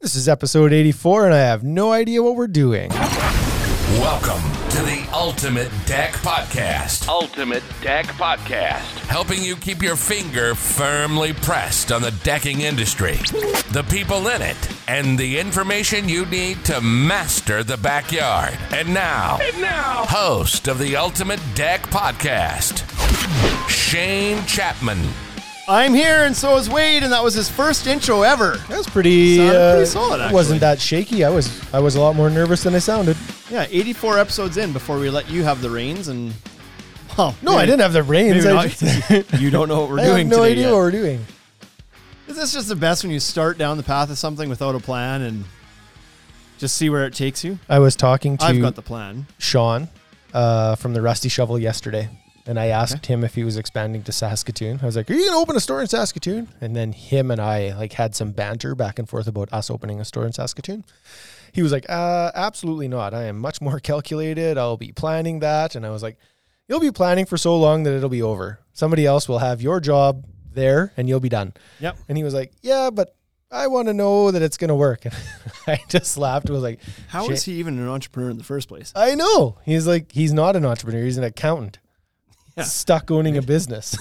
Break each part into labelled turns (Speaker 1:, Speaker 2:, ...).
Speaker 1: This is episode 84, and I have no idea what we're doing.
Speaker 2: Welcome to the Ultimate Deck Podcast. Ultimate Deck Podcast. Helping you keep your finger firmly pressed on the decking industry, the people in it, and the information you need to master the backyard. And now, host of the Ultimate Deck Podcast, Shane Chapman.
Speaker 3: I'm here, and so is Wade, and that was his first intro ever.
Speaker 1: That was pretty,
Speaker 3: Sounded
Speaker 1: uh,
Speaker 3: pretty solid,
Speaker 1: it
Speaker 3: actually.
Speaker 1: Wasn't that shaky? I was I was a lot more nervous than I sounded.
Speaker 3: Yeah, 84 episodes in before we let you have the reins, and well,
Speaker 1: No, I didn't have the reins.
Speaker 3: Maybe
Speaker 1: I,
Speaker 3: not.
Speaker 1: just,
Speaker 3: you don't know what we're
Speaker 1: I
Speaker 3: doing.
Speaker 1: have no
Speaker 3: today
Speaker 1: idea
Speaker 3: yet.
Speaker 1: what we're doing.
Speaker 3: Is this just the best when you start down the path of something without a plan and just see where it takes you?
Speaker 1: I was talking to
Speaker 3: I've got the plan.
Speaker 1: Sean uh, from the Rusty Shovel yesterday, and I asked him if he was expanding to Saskatoon. I was like, "Are you going to open a store in Saskatoon?" And then him and I like had some banter back and forth about us opening a store in Saskatoon. He was like, uh, "Absolutely not. I am much more calculated. I'll be planning that." And I was like, "You'll be planning for so long that it'll be over. Somebody else will have your job there, and you'll be done."
Speaker 3: Yep.
Speaker 1: And he was like, "Yeah, but." I want to know that it's going to work. And I just laughed. and was like,
Speaker 3: How is
Speaker 1: "Shit."
Speaker 3: he even an entrepreneur in the first place?
Speaker 1: I know. He's like, he's not an entrepreneur. He's an accountant,
Speaker 3: Yeah.
Speaker 1: stuck owning a business.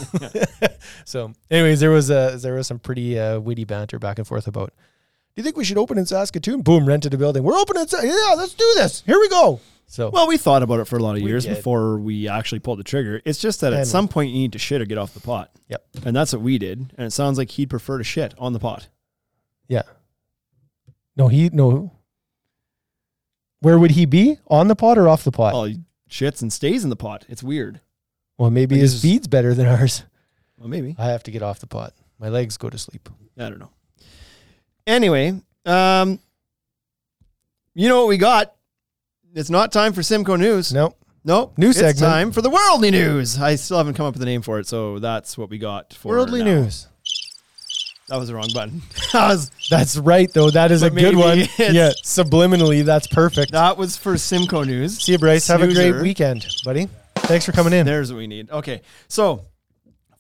Speaker 1: so, anyways, there was a there was some pretty uh, witty banter back and forth about. Do you think we should open in Saskatoon? Boom, rented a building. We're opening. in Sa- yeah, let's do this. Here we go. So,
Speaker 3: Well, we thought about it for a lot of years
Speaker 1: did.
Speaker 3: before we actually pulled the trigger. It's just that
Speaker 1: And-
Speaker 3: at some point you need to shit or get off the pot.
Speaker 1: yep,
Speaker 3: And that's what we did. And it sounds like he'd prefer to shit on the pot.
Speaker 1: yeah. No, he no. Where would he be on the pot or off the pot?
Speaker 3: Well, he shits and stays in the pot. It's weird.
Speaker 1: well, maybe
Speaker 3: I
Speaker 1: his
Speaker 3: just-
Speaker 1: feed's better than ours.
Speaker 3: Well, maybe.
Speaker 1: I have to get off the pot. My legs go to sleep.
Speaker 3: I don't know. Anyway, um, you know what we got? It's not time for Simco News.
Speaker 1: No,
Speaker 3: Nope.
Speaker 1: New
Speaker 3: it's
Speaker 1: segment.
Speaker 3: time for the Worldly News. I still haven't come up with a name for it, so that's what we got for
Speaker 1: worldly
Speaker 3: now.
Speaker 1: news.
Speaker 3: That was the wrong button. that, was,
Speaker 1: That's right, though. That is
Speaker 3: But
Speaker 1: a good
Speaker 3: maybe
Speaker 1: one.
Speaker 3: it's-
Speaker 1: Yeah, subliminally, that's perfect.
Speaker 3: that was for Simco News.
Speaker 1: See you, Bryce. Have a great
Speaker 3: Snoozer.
Speaker 1: weekend, buddy. Thanks for coming in.
Speaker 3: There's what we need. Okay. So,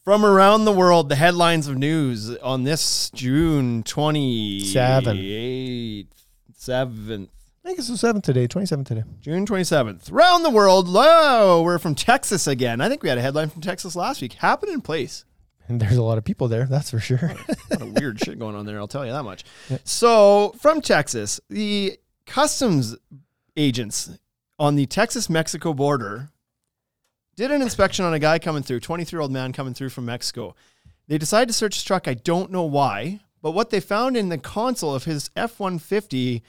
Speaker 3: from around the world, the headlines of news on this June 28th.
Speaker 1: Seven.
Speaker 3: 7th.
Speaker 1: I think it's the seventh today, twenty seventh today.
Speaker 3: June 27th. Round the world. Lo, we're from Texas again. I think we had a headline from Texas last week. Happen in place.
Speaker 1: And there's a lot of people there. That's for sure.
Speaker 3: A lot of weird shit going on there, I'll tell you that much. So, from Texas, the customs agents on the Texas Mexico border did an inspection on a guy coming through, 23 year old man coming through from Mexico. They decided to search his truck. I don't know why, but what they found in the console of his F 150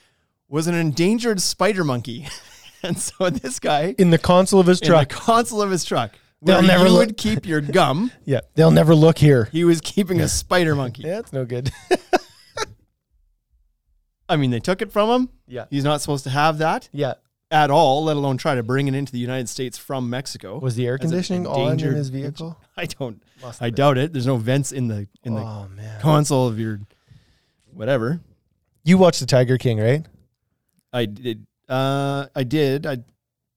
Speaker 3: was an endangered spider monkey. and so, this guy.
Speaker 1: in the console of his
Speaker 3: in the
Speaker 1: truck.
Speaker 3: console of his truck.
Speaker 1: They'll
Speaker 3: Where
Speaker 1: never
Speaker 3: you
Speaker 1: look-
Speaker 3: would keep your gum.
Speaker 1: yeah, they'll never look here.
Speaker 3: He was keeping a spider monkey.
Speaker 1: Yeah, it's no good.
Speaker 3: I mean, they took it from him.
Speaker 1: Yeah.
Speaker 3: He's not supposed to have that
Speaker 1: yeah.
Speaker 3: at all, let alone try to bring it into the United States from Mexico.
Speaker 1: Was the air
Speaker 3: As an
Speaker 1: conditioning on in
Speaker 3: endangered-
Speaker 1: his vehicle?
Speaker 3: I don't.
Speaker 1: Must
Speaker 3: I
Speaker 1: have been.
Speaker 3: doubt it. There's no vents in the in the
Speaker 1: Oh man.
Speaker 3: console of your whatever.
Speaker 1: You watched the Tiger King, right?
Speaker 3: I did. Uh, I did. I.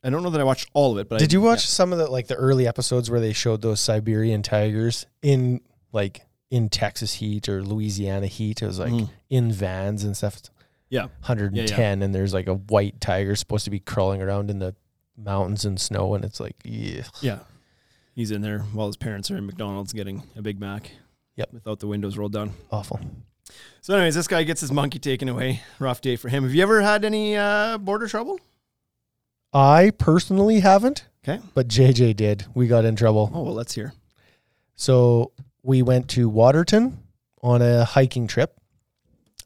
Speaker 3: I don't know that I watched all of it, but I,
Speaker 1: Did you watch some of the like the early episodes where they showed those Siberian tigers in like in Texas heat or Louisiana heat? It was like in vans and stuff. It's
Speaker 3: Mm. Yeah.
Speaker 1: 110 and there's like a white tiger supposed to be crawling around in the mountains and snow and it's like yeah.
Speaker 3: yeah. Yeah. He's in there while his parents are in McDonald's getting a Big Mac.
Speaker 1: Yep.
Speaker 3: Without the windows rolled down.
Speaker 1: awful.
Speaker 3: So, anyways, this guy gets his monkey taken away. Rough day for him. Have you ever had any uh, border trouble?
Speaker 1: I personally haven't,
Speaker 3: Okay.
Speaker 1: but JJ did. We got in trouble.
Speaker 3: Oh well, let's hear.
Speaker 1: So we went to Waterton on a hiking trip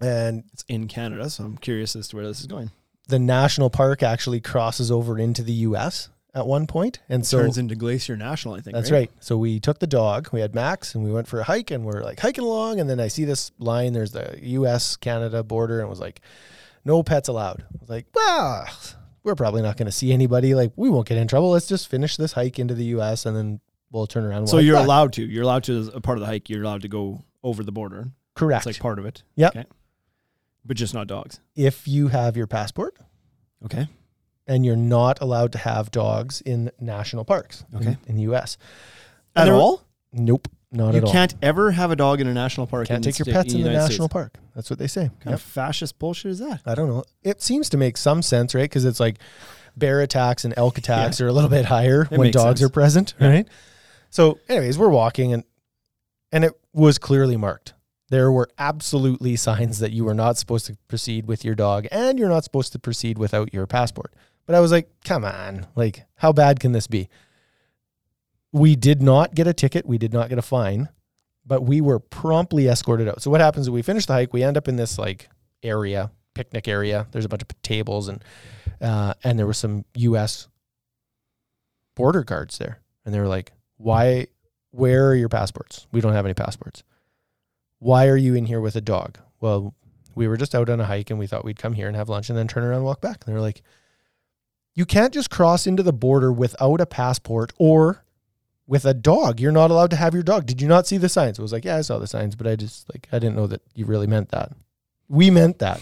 Speaker 1: and
Speaker 3: It's in Canada, so I'm curious as to where this is going.
Speaker 1: the national park actually crosses over into the US at one point. And so
Speaker 3: Turns into Glacier National, I think.
Speaker 1: That's right. So we took the dog. We had Max, and we went for a hike, and we're like hiking along. And then I see this line. There's the U.S. Canada border, and it was like, "No pets allowed." I was like, "Well, we're probably not going to see anybody. Like, we won't get in trouble. Let's just finish this hike into the U.S. and then we'll turn around." And
Speaker 3: So
Speaker 1: walk
Speaker 3: you're
Speaker 1: back."
Speaker 3: allowed to. You're allowed to as a part of the hike. You're allowed to go over the border.
Speaker 1: correct.
Speaker 3: It's like part of it.
Speaker 1: Yep.
Speaker 3: Okay. But just not dogs.
Speaker 1: if you have your passport,
Speaker 3: Okay.
Speaker 1: and you're not allowed to have dogs in national parks in-
Speaker 3: Okay.
Speaker 1: in, the U.S.
Speaker 3: At
Speaker 1: there-
Speaker 3: all?
Speaker 1: Nope. Not
Speaker 3: you
Speaker 1: at all.
Speaker 3: can't ever have a dog in a national park.
Speaker 1: Can't take your
Speaker 3: sta-
Speaker 1: pets in the
Speaker 3: United
Speaker 1: national
Speaker 3: States.
Speaker 1: park. That's what they say.
Speaker 3: What kind of fascist bullshit is that?
Speaker 1: I don't know. It seems to make some sense, right? Because it's like bear attacks and elk attacks are a little bit higher when
Speaker 3: makes
Speaker 1: dogs
Speaker 3: sense.
Speaker 1: are present, right? So, anyways, we're walking and and it was clearly marked. There were absolutely signs that you were not supposed to proceed with your dog and you're not supposed to proceed without your passport. But I was like, come on, like, how bad can this be? We did not get a ticket, we did not get a fine, but we were promptly escorted out. So what happens is we finish the hike, we end up in this like area, picnic area. There's a bunch of tables and uh, and there were some US border guards there. And they were like, Why where are your passports? We don't have any passports. Why are you in here with a dog? Well, we were just out on a hike and we thought we'd come here and have lunch and then turn around and walk back. And they were like, You can't just cross into the border without a passport or with a dog. You're not allowed to have your dog. Did you not see the signs? I was like, Yeah, I saw the signs, but I just like I didn't know that you really meant that. We meant that.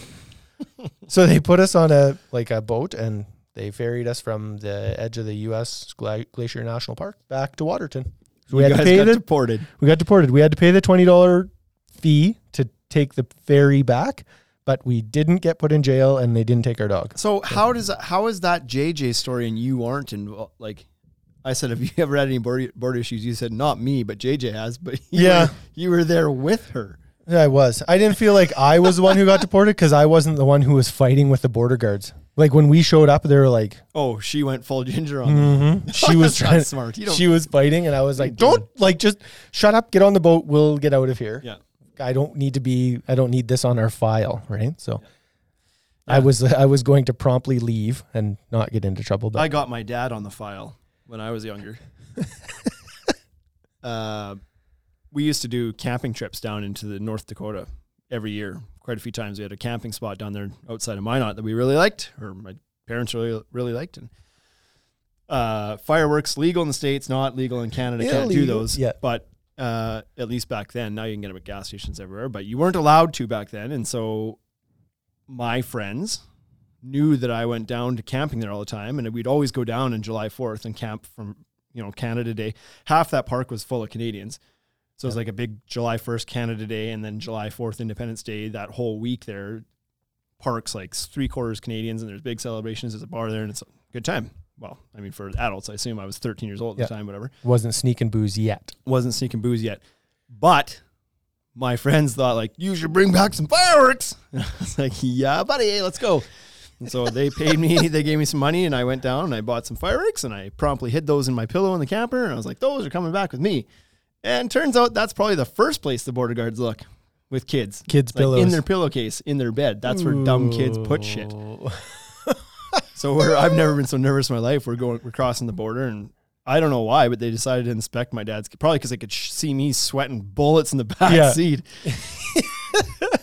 Speaker 1: so they put us on a like a boat and they ferried us from the edge of the US Gla- Glacier National Park back to Waterton. So we had
Speaker 3: you
Speaker 1: to
Speaker 3: guys
Speaker 1: pay
Speaker 3: got
Speaker 1: the
Speaker 3: deported.
Speaker 1: we got deported. We had to pay the twenty dollar fee to take the ferry back, but we didn't get put in jail, and they didn't take our dog.
Speaker 3: So how does how is that JJ story and you aren't involved? Like I said, have you ever had any border, border issues? You said not me, but JJ has. But you
Speaker 1: Yeah.
Speaker 3: were, you were there with her.
Speaker 1: Yeah, I was. I didn't feel like I was the one who got deported because I wasn't the one who was fighting with the border guards. Like when we showed up, they were like,
Speaker 3: Oh, she went full ginger on. me.
Speaker 1: she was
Speaker 3: That's not
Speaker 1: trying.
Speaker 3: smart. You don't-
Speaker 1: She was fighting, and I was like,
Speaker 3: doing?
Speaker 1: "Don't like just shut up. Get on the boat. We'll get out of here.
Speaker 3: Yeah.
Speaker 1: I don't need to be. I don't need this on our file, right? So." I was I was going to promptly leave and not get into trouble, but
Speaker 3: I got my dad on the file when I was younger. uh, we used to do camping trips down into the North Dakota every year. Quite a few times we had a camping spot down there outside of Minot that we really liked, or my parents really really liked. And uh, fireworks legal in the states, not legal in Canada. Can't do
Speaker 1: Illegal,
Speaker 3: those.
Speaker 1: yeah.
Speaker 3: but. Uh, at least back then, now you can get them at gas stations everywhere, but you weren't allowed to back then. And so my friends, knew that I went down to camping there all the time, and we'd always go down in July 4th and camp from you know Canada Day. Half that park was full of Canadians, so it was like a big July 1st Canada Day, and then July 4th Independence Day. That whole week there, parks like three quarters Canadians, and there's big celebrations. There's a bar there, and it's a good time. Well, I mean, for adults, I assume I was 13 years old at
Speaker 1: Yeah.
Speaker 3: the time, whatever
Speaker 1: wasn't sneaking booze yet.
Speaker 3: wasn't sneaking booze yet. But my friends thought like, you should bring back some fireworks. And I was like, yeah, buddy, let's go. And so they paid me, they gave me some money, and I went down and I bought some fireworks and I promptly hid those in my pillow in the camper. And I was like, those are coming back with me. And turns out that's probably the first place the border guards look with kids.
Speaker 1: Kids'
Speaker 3: Like, in
Speaker 1: pillows.
Speaker 3: their pillowcase, in their bed. That's where dumb kids put shit. So we're, I've never been so nervous in my life. We're going, we're crossing the border, and I don't know why, but they decided to inspect my dad's probably because they could sh- see me sweating bullets in the back
Speaker 1: Yeah.
Speaker 3: seat,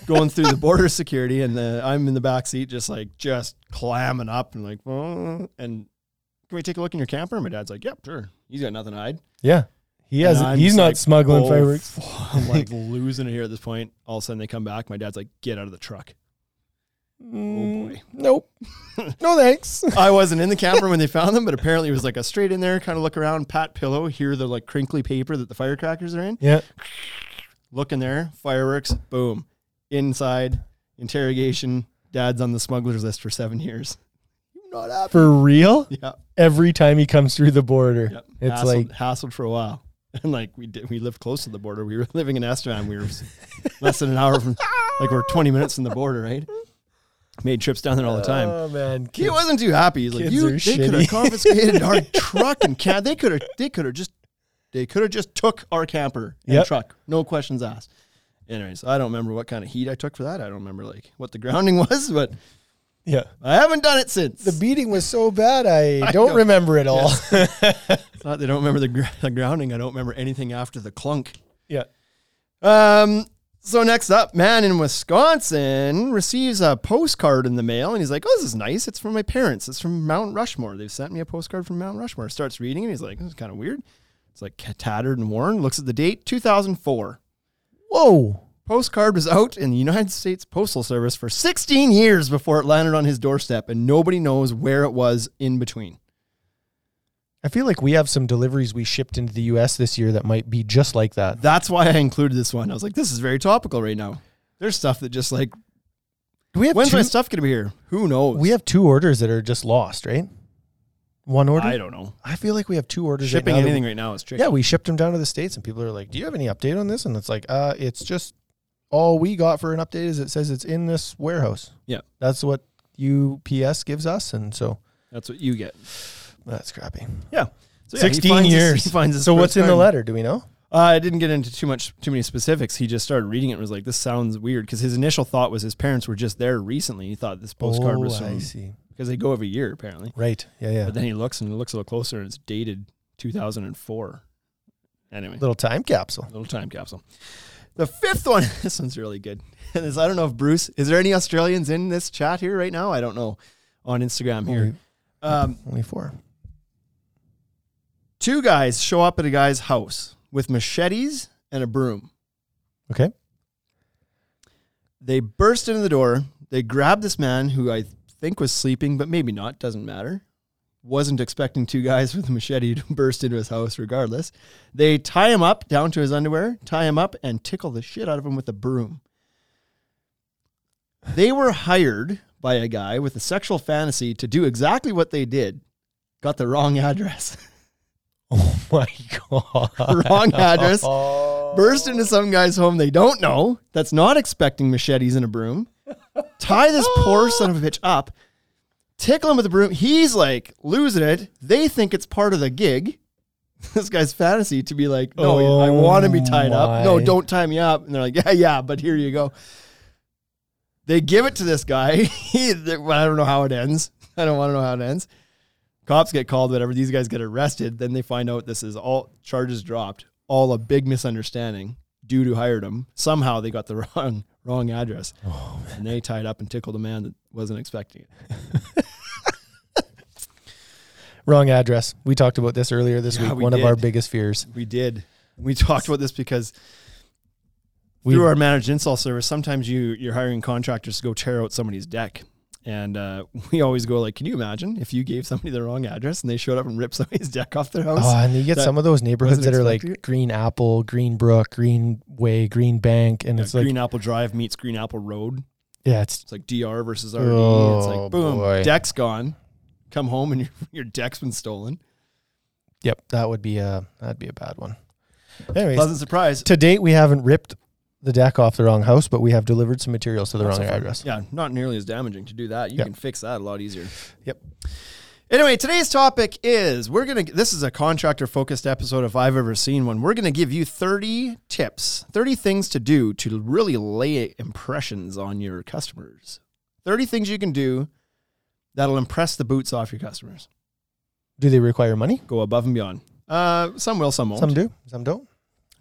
Speaker 3: going through the border security, and the, I'm in the back seat just like just clamming up and like, "Oh," and can we take a look in your camper? And my dad's like, yep, sure. He's got nothing to hide.
Speaker 1: Yeah. He has
Speaker 3: And I'm
Speaker 1: he's
Speaker 3: just
Speaker 1: not
Speaker 3: like,
Speaker 1: smuggling
Speaker 3: "Oh,
Speaker 1: fireworks.
Speaker 3: fuck." I'm like losing it here at this point. All of a sudden they come back. My dad's like, get out of the truck.
Speaker 1: Mm,
Speaker 3: oh, boy.
Speaker 1: Nope. no thanks.
Speaker 3: I wasn't in the camper when they found them, but apparently it was like a straight in there, kind of look around, pat pillow, hear the like crinkly paper that the firecrackers are in.
Speaker 1: Yeah.
Speaker 3: Look in there, fireworks, boom. Inside, interrogation. Dad's on the smuggler's list for seven years. Not happy.
Speaker 1: For real?
Speaker 3: Yeah.
Speaker 1: Every time he comes through the border.
Speaker 3: Yep.
Speaker 1: It's
Speaker 3: hassled,
Speaker 1: like
Speaker 3: hassled for a while. And like we did, we lived close to the border. We were living in Estevan. We were less than an hour from, like we're 20 minutes from the border, right? Made trips down there all the time.
Speaker 1: Oh man.
Speaker 3: He wasn't too happy. He's like,
Speaker 1: Kids
Speaker 3: you,
Speaker 1: are
Speaker 3: they could have
Speaker 1: shitty."
Speaker 3: confiscated our truck and cab. They could have, they could have just, they could have just took our camper and
Speaker 1: Yep.
Speaker 3: truck, no questions asked. Anyways, I don't remember what kind of heat I took for that. I don't remember like what the grounding was, but
Speaker 1: Yeah.
Speaker 3: I haven't done it since.
Speaker 1: The beating was so bad I, don't
Speaker 3: don't-
Speaker 1: remember it all.
Speaker 3: it's not that I don't remember the, gr- the grounding. I don't remember anything after the clunk.
Speaker 1: yeah.
Speaker 3: Um. So next up, man in Wisconsin receives a postcard in the mail, and he's like, "Oh, this is nice. It's from my parents. It's from Mount Rushmore. They've sent me a postcard from Mount Rushmore." Starts reading, and he's like, "This is kind of weird." It's like tattered and worn. Looks at the date, 2004.
Speaker 1: Whoa.
Speaker 3: Postcard was out in the United States Postal Service for 16 years before it landed on his doorstep, and nobody knows where it was in between.
Speaker 1: I feel like we have some deliveries we shipped into the U.S. this year that might be just like that.
Speaker 3: That's why I included this one. I was like, this is very topical right now. There's stuff that just like,
Speaker 1: Do we have
Speaker 3: when's
Speaker 1: two,
Speaker 3: my stuff gonna be here? Who knows?
Speaker 1: We have two orders that are just lost, right? One order.
Speaker 3: I
Speaker 1: I,
Speaker 3: don't know.
Speaker 1: feel like we have two orders. right
Speaker 3: Shipping
Speaker 1: now that
Speaker 3: anything right now is tricky.
Speaker 1: Yeah, we shipped them down to the states, and people are like, "Do you have any update on this?" And it's like, "Uh, it's just all we got for an update is it says it's in this warehouse."
Speaker 3: Yeah.
Speaker 1: that's what UPS gives us, and so
Speaker 3: That's what you get.
Speaker 1: that's crappy.
Speaker 3: Yeah. So, yeah, he
Speaker 1: Sixteen
Speaker 3: finds this-
Speaker 1: years.
Speaker 3: he finds this
Speaker 1: so what's
Speaker 3: first
Speaker 1: in the
Speaker 3: card.
Speaker 1: letter? Do we know?
Speaker 3: Uh, I didn't get into too much, too many specifics. He just started reading it and was like, "This sounds weird," because his initial thought was his parents were just there recently. He thought this postcard was
Speaker 1: Oh, I
Speaker 3: from
Speaker 1: see.
Speaker 3: because they go every year apparently.
Speaker 1: Right. Yeah, yeah.
Speaker 3: But then he looks and looks a little closer, and it's dated 2004. Anyway,
Speaker 1: Little time capsule.
Speaker 3: little time capsule. The fifth one. This one's really good. And this, I don't know if Bruce is there any Australians in this chat here right now. I don't know on Instagram here. Um,
Speaker 1: Only four.
Speaker 3: two guys show up at a guy's house with machetes and a broom.
Speaker 1: Okay.
Speaker 3: They burst into the door. They grabbed this man who I think was sleeping, but maybe not. Doesn't matter. Wasn't expecting two guys with a machete to burst into his house, regardless. They tie him up down to his underwear, tie him up, and tickle the shit out of him with a broom. They were hired by a guy with a sexual fantasy to do exactly what they did. Got the wrong address.
Speaker 1: Oh my god.
Speaker 3: wrong address.
Speaker 1: Oh.
Speaker 3: burst into some guy's home they don't know that's not expecting machetes and a broom, tie this poor son of a bitch up, tickle him with a broom. He's like losing it. They think it's part of the gig. This guy's fantasy to be like, no, I
Speaker 1: Oh
Speaker 3: want to be tied up. No,
Speaker 1: my.
Speaker 3: don't tie me up. And they're like, yeah, yeah, but here you go. They give it to this guy. He, well, I don't know how it ends. I don't want to know how it ends. Cops get called, whatever. These guys get arrested. Then they find out this is all charges dropped, all a big misunderstanding. Dude who hired them somehow they got the wrong wrong address, and they tied up and tickled a man that wasn't expecting it.
Speaker 1: Wrong address. We talked about this earlier this
Speaker 3: Yeah,
Speaker 1: week.
Speaker 3: we
Speaker 1: One of our
Speaker 3: did.
Speaker 1: biggest fears.
Speaker 3: We did. We talked about this because
Speaker 1: We
Speaker 3: through our managed install service, sometimes you you're hiring contractors to go tear out somebody's deck. And uh, we always go like, can you imagine if you gave somebody the wrong address and they showed up and ripped somebody's deck off their house?
Speaker 1: Oh, and you get
Speaker 3: that
Speaker 1: some of those neighborhoods that
Speaker 3: wasn't
Speaker 1: are like
Speaker 3: expected.
Speaker 1: Green Apple, Green Brook, Green Way, Green Bank, and it's like
Speaker 3: Green Apple Drive meets Green Apple Road.
Speaker 1: yeah, it's
Speaker 3: It's like DR versus RD. it's
Speaker 1: Oh,
Speaker 3: like boom,
Speaker 1: boy.
Speaker 3: deck's gone. Come home and your, your deck's been stolen.
Speaker 1: yep, that would be a that'd be a bad one. Anyways,
Speaker 3: Pleasant surprise.
Speaker 1: to date we haven't ripped the deck off the wrong house, but we have delivered some materials to the wrong
Speaker 3: So far,
Speaker 1: address.
Speaker 3: Yeah, not nearly as damaging to do that. You
Speaker 1: Yeah.
Speaker 3: can fix that a lot easier.
Speaker 1: Yep.
Speaker 3: Anyway, today's topic is we're going to this is a contractor focused episode if I've ever seen one. We're going to give you 30 tips, 30 things to do to really lay impressions on your customers. 30 things you can do that'll impress the boots off your customers.
Speaker 1: Do they require money?
Speaker 3: Go above and beyond. Uh, some will, some won't.
Speaker 1: Some do, some don't.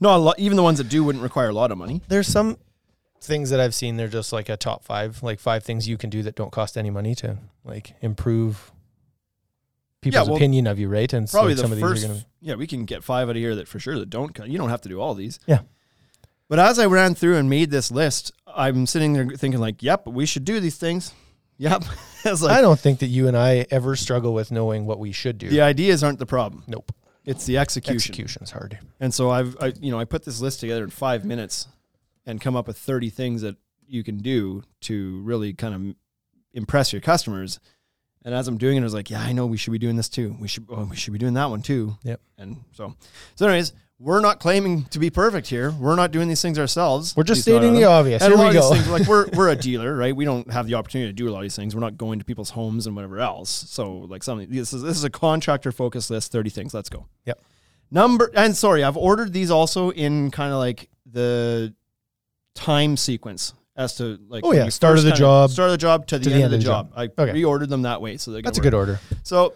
Speaker 3: No, a lot, even the ones that do wouldn't require a lot of money.
Speaker 1: There's some things that I've seen. They're just like a top five, like five things you can do that don't cost any money to like improve people's
Speaker 3: well,
Speaker 1: opinion of you, right? And so
Speaker 3: Probably
Speaker 1: some
Speaker 3: the
Speaker 1: of
Speaker 3: first.
Speaker 1: these are gonna be
Speaker 3: yeah, we can get five out of here that for sure that don't. cut. You don't have to do all these.
Speaker 1: yeah.
Speaker 3: But as I ran through and made this list, I'm sitting there thinking like, "Yep, we should do these things." Yep. it's
Speaker 1: I
Speaker 3: like
Speaker 1: don't think that you and I ever struggle with knowing what we should do.
Speaker 3: the ideas aren't the problem;
Speaker 1: Nope.
Speaker 3: it's the execution.
Speaker 1: Execution's hard.
Speaker 3: And so I've, I, you know, I put this list together in five minutes, and come up with 30 things that you can do to really kind of impress your customers. And as I'm doing it, I was like, "Yeah, I know we should be doing this too. We should, oh, we should be doing that one too."
Speaker 1: Yep.
Speaker 3: And so, so anyways, we're not claiming to be perfect here. We're not doing these things ourselves.
Speaker 1: We're just
Speaker 3: At least not
Speaker 1: stating
Speaker 3: on
Speaker 1: the
Speaker 3: them.
Speaker 1: obvious.
Speaker 3: And a
Speaker 1: Here
Speaker 3: lot
Speaker 1: we
Speaker 3: of these
Speaker 1: go.
Speaker 3: things, like we're we're a dealer, right? We don't have the opportunity to do a lot of these things. We're not going to people's homes and whatever else. So like something this is this is a contractor focused list. Thirty things. Let's go.
Speaker 1: Yep.
Speaker 3: Number and sorry, I've ordered these also in kind of like the time sequence as to like
Speaker 1: Oh,
Speaker 3: when
Speaker 1: yeah,
Speaker 3: you
Speaker 1: start of
Speaker 3: first
Speaker 1: the
Speaker 3: kinda-
Speaker 1: job
Speaker 3: start of the job to the, end, of the job. I
Speaker 1: Okay.
Speaker 3: reordered them that way, so they're gonna
Speaker 1: That's a
Speaker 3: work.
Speaker 1: good order.
Speaker 3: So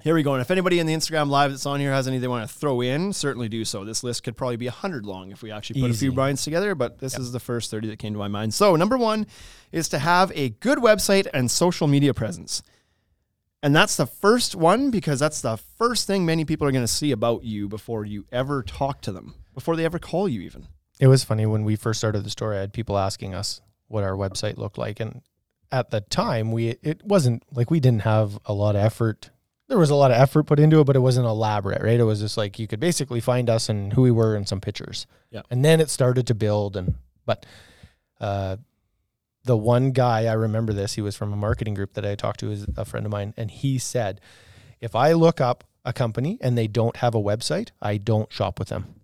Speaker 3: here we go. And if anybody in the Instagram live that's on here has any they want to throw in, certainly do so. This list could probably be 100 long if we actually put a
Speaker 1: Easy.
Speaker 3: few binds together, but this is the first 30 that came to my mind. So, number one is to have a good website and social media presence. And that's the first one because that's the first thing many people are going to see about you before you ever talk to them, before they ever call you, even.
Speaker 1: It was funny when we first started the story. I had people asking us what our website looked like, and at the time, we it wasn't like we didn't have a lot of effort. There there was a lot of effort put into it, but it wasn't elaborate, right? It was just like you could basically find us and who we were and some pictures.
Speaker 3: Yeah.
Speaker 1: And then it started to build and but uh the one guy I remember this, he was from a marketing group that I talked to is a friend of mine, and he said, if I look up a company and they don't have a website, I don't shop with them.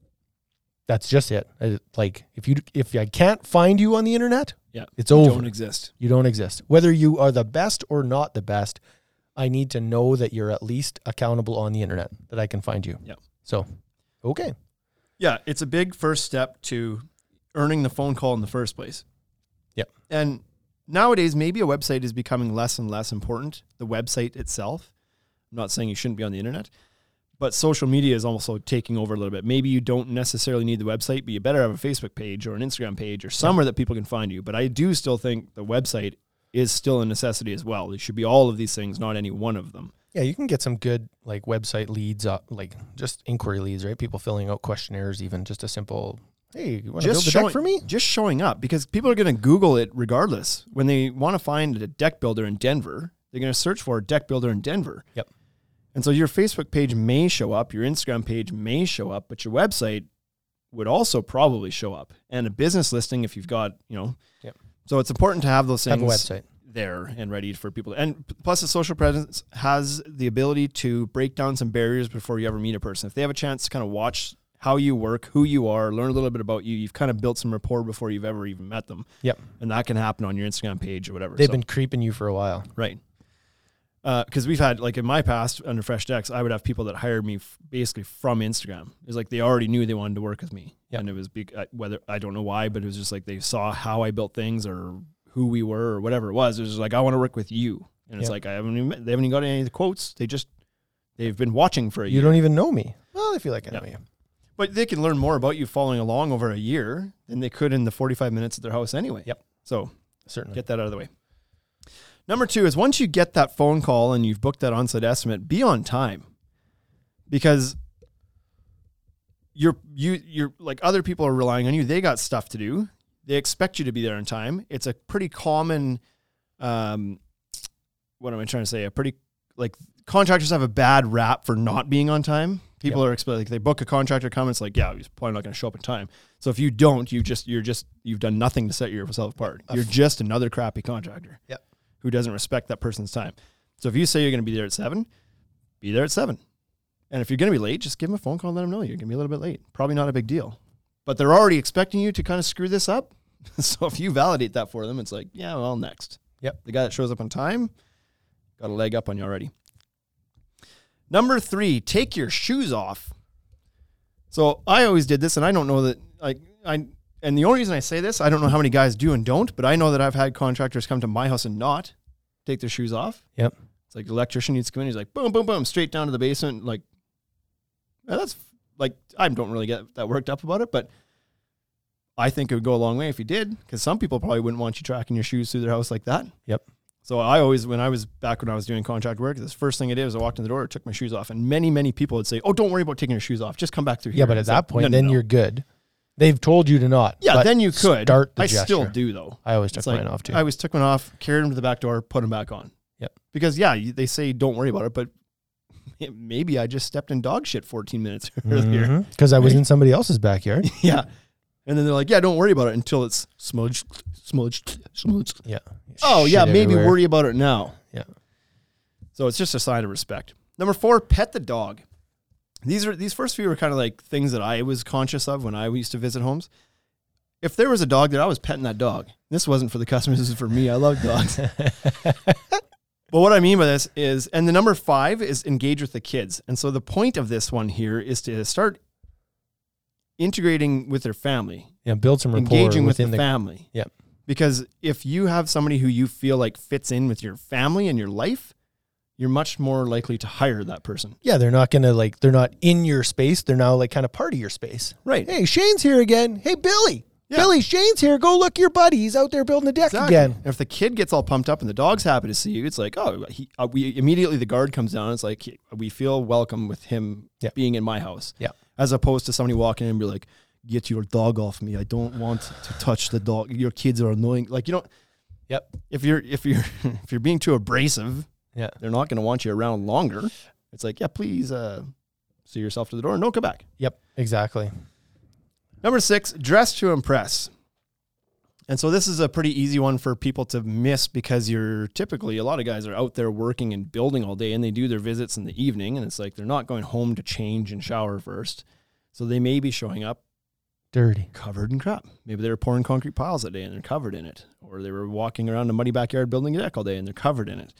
Speaker 1: That's just it. Uh, Like if you if I can't find you on the internet,
Speaker 3: Yeah.
Speaker 1: it's over.
Speaker 3: Don't exist.
Speaker 1: You don't exist. Whether you are the best or not the best, I need to know that you're at least accountable on the internet, that I can find you.
Speaker 3: Yep.
Speaker 1: So, okay.
Speaker 3: Yeah, it's a big first step to earning the phone call in the first place.
Speaker 1: Yep.
Speaker 3: And nowadays, maybe a website is becoming less and less important, the website itself. I'm not saying you shouldn't be on the internet, but social media is also taking over a little bit. Maybe you don't necessarily need the website, but you better have a Facebook page or an Instagram page or somewhere that people can find you. But I do still think the website is still a necessity as well. It should be all of these things, not any one of them.
Speaker 1: Yeah, you can get some good like website leads up, like just inquiry leads, right? People filling out questionnaires, even just a simple, hey, you want to build a deck for me?
Speaker 3: Just showing up because people are going to Google it regardless. When they want to find a deck builder in Denver, they're going to search for a deck builder in Denver.
Speaker 1: Yep.
Speaker 3: And so your Facebook page may show up, your Instagram page may show up, but your website would also probably show up. And a business listing if you've got, you know.
Speaker 1: Yep.
Speaker 3: So it's important to have those things
Speaker 1: Have a website.
Speaker 3: there and ready for people. And p- plus, the social presence has the ability to break down some barriers before you ever meet a person. If they have a chance to kind of watch how you work, who you are, learn a little bit about you, you've kind of built some rapport before you've ever even met them.
Speaker 1: Yep.
Speaker 3: And that can happen on your Instagram page or whatever.
Speaker 1: They've
Speaker 3: So-
Speaker 1: been creeping you for a while.
Speaker 3: right. Because we've had, like in my past under Fresh Decks, I would have people that hired me f- basically from Instagram. It's like they already knew they wanted to work with me.
Speaker 1: Yep.
Speaker 3: And it was big, whether I don't know why, but it was just like they saw how I built things or who we were or whatever it was. It was just like, I want to work with you. And it's
Speaker 1: Yep.
Speaker 3: like, I haven't even, they haven't even got any of the quotes. They just, they've been watching for a
Speaker 1: You
Speaker 3: year.
Speaker 1: don't even know me. Well, I feel like I
Speaker 3: Yep.
Speaker 1: know you.
Speaker 3: But they can learn more about you following along over a year than they could in the 45 minutes at their house anyway.
Speaker 1: Yep.
Speaker 3: So
Speaker 1: Certainly.
Speaker 3: Get that out of the way. Number two is once you get that phone call and you've booked that onsite estimate, be on time because you're you you're like other people are relying on you. They got stuff to do. They expect you to be there on time. It's a pretty common, um, what am I trying to say? A pretty like contractors have a bad rap for not being on time. People are expect like they book a contractor come. It's like yeah, he's probably not going to show up in time. So if you don't, you just you're just you've done nothing to set yourself apart. You're just another crappy contractor
Speaker 1: Yep.
Speaker 3: who doesn't respect that person's time. So if you say you're going to be there at seven, be there at seven. And if you're going to be late, just give them a phone call and let them know you're going to be a little bit late. Probably not a big deal. But they're already expecting you to kind of screw this up. so if you validate that for them, it's like, yeah, well, next.
Speaker 1: Yep.
Speaker 3: The guy that shows up on time got a leg up on you already. Number three, take your shoes off. So I always did this, and I don't know that like I. And the only reason I say this, I don't know how many guys do and don't, but I know that I've had contractors come to my house and not take their shoes off.
Speaker 1: Yep.
Speaker 3: It's like the electrician needs to come in. He's like, boom, boom, boom, straight down to the basement. Like, yeah, that's like I don't really get that worked up about it, but I think it would go a long way if you did, because some people probably wouldn't want you tracking your shoes through their house like that.
Speaker 1: Yep.
Speaker 3: So I always, when I was back when I was doing contract work, this first thing I did was I walked in the door, took my shoes off, and many, many people would say, "Oh, don't worry about taking your shoes off. Just come back through here."
Speaker 1: Yeah, but at
Speaker 3: It's like,
Speaker 1: that point,
Speaker 3: no, no,
Speaker 1: then
Speaker 3: no.
Speaker 1: you're good. They've told you to not.
Speaker 3: yeah,
Speaker 1: but
Speaker 3: then you could.
Speaker 1: Start the
Speaker 3: I
Speaker 1: gesture.
Speaker 3: still do though.
Speaker 1: I always
Speaker 3: It's
Speaker 1: took
Speaker 3: like,
Speaker 1: mine off too.
Speaker 3: I always took one off, carried them to the back door, put them back on.
Speaker 1: Yep.
Speaker 3: Because yeah, you, they say don't worry about it, but maybe I just stepped in dog shit 14 minutes earlier.
Speaker 1: Because Mm-hmm. I was in somebody else's backyard.
Speaker 3: Yeah. And then they're like, yeah, don't worry about it until it's smudged, smudged, smudged.
Speaker 1: Yeah.
Speaker 3: Oh,
Speaker 1: Shit
Speaker 3: yeah, maybe
Speaker 1: everywhere.
Speaker 3: worry about it now.
Speaker 1: Yeah.
Speaker 3: So it's just a sign of respect. Number four, pet the dog. These are these first few were kind of like things that I was conscious of when I used to visit homes. If there was a dog there, I was petting that dog. This wasn't for the customers, this is for me. I love dogs. But what I mean by this is, and the number five is engage with the kids. And so the point of this one here is to start integrating with their family,
Speaker 1: Yeah, build some rapport
Speaker 3: engaging with the,
Speaker 1: within the,
Speaker 3: family.
Speaker 1: Yep.
Speaker 3: Because if you have somebody who you feel like fits in with your family and your life, you're much more likely to hire that person.
Speaker 1: Yeah, they're not gonna like they're not in your space. They're now like kind of part of your space.
Speaker 3: Right.
Speaker 1: Hey, Shane's here again. Hey, Billy.
Speaker 3: Yeah.
Speaker 1: Billy, Shane's here. Go look your buddy. He's out there building a deck
Speaker 3: Exactly.
Speaker 1: again.
Speaker 3: And if the kid gets all pumped up and the dog's happy to see you, it's like, oh, he, uh, we immediately the guard comes down. It's like we feel welcome with him
Speaker 1: Yeah.
Speaker 3: being in my house.
Speaker 1: Yeah.
Speaker 3: As opposed to somebody walking in and be like, get your dog off me. I don't want to touch the dog. Your kids are annoying. Like you don't.
Speaker 1: Yep.
Speaker 3: If you're if you're if you're being too abrasive,
Speaker 1: Yeah.
Speaker 3: they're not going to want you around longer. It's like, yeah, please uh, see yourself to the door and don't come back.
Speaker 1: Yep, exactly.
Speaker 3: Number six, dress to impress. And so this is a pretty easy one for people to miss because you're typically a lot of guys are out there working and building all day and they do their visits in the evening and it's like they're not going home to change and shower first. So they may be showing up
Speaker 1: Dirty.
Speaker 3: covered in crap. Maybe they were pouring concrete piles that day and they're covered in it. Or they were walking around a muddy backyard building a deck all day and they're covered in it.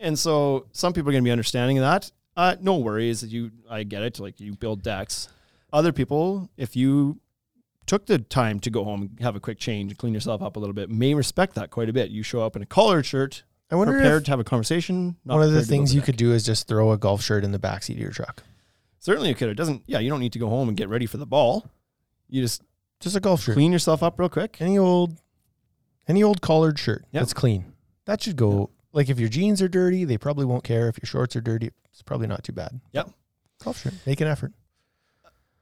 Speaker 3: And so some people are going to be understanding of that. Uh, no worries. You, I get it. Like you build decks. Other people, if you took the time to go home, and have a quick change, clean yourself up a little bit, may respect that quite a bit. You show up in a collared shirt,
Speaker 1: I wonder
Speaker 3: prepared
Speaker 1: if
Speaker 3: to have a conversation. not
Speaker 1: one of the
Speaker 3: prepared to build
Speaker 1: things
Speaker 3: a
Speaker 1: you
Speaker 3: deck.
Speaker 1: could do is just throw a golf shirt in the backseat of your truck.
Speaker 3: certainly you could. It doesn't. Yeah, you don't need to go home and get ready for the ball. You just
Speaker 1: Just a golf shirt.
Speaker 3: clean yourself up real quick.
Speaker 1: Any old, any old collared shirt
Speaker 3: Yep.
Speaker 1: that's clean. That should go. Like if your jeans are dirty, they probably won't care. If your shorts are dirty, it's probably not too bad.
Speaker 3: Yep.
Speaker 1: Golf shirt. Make an effort.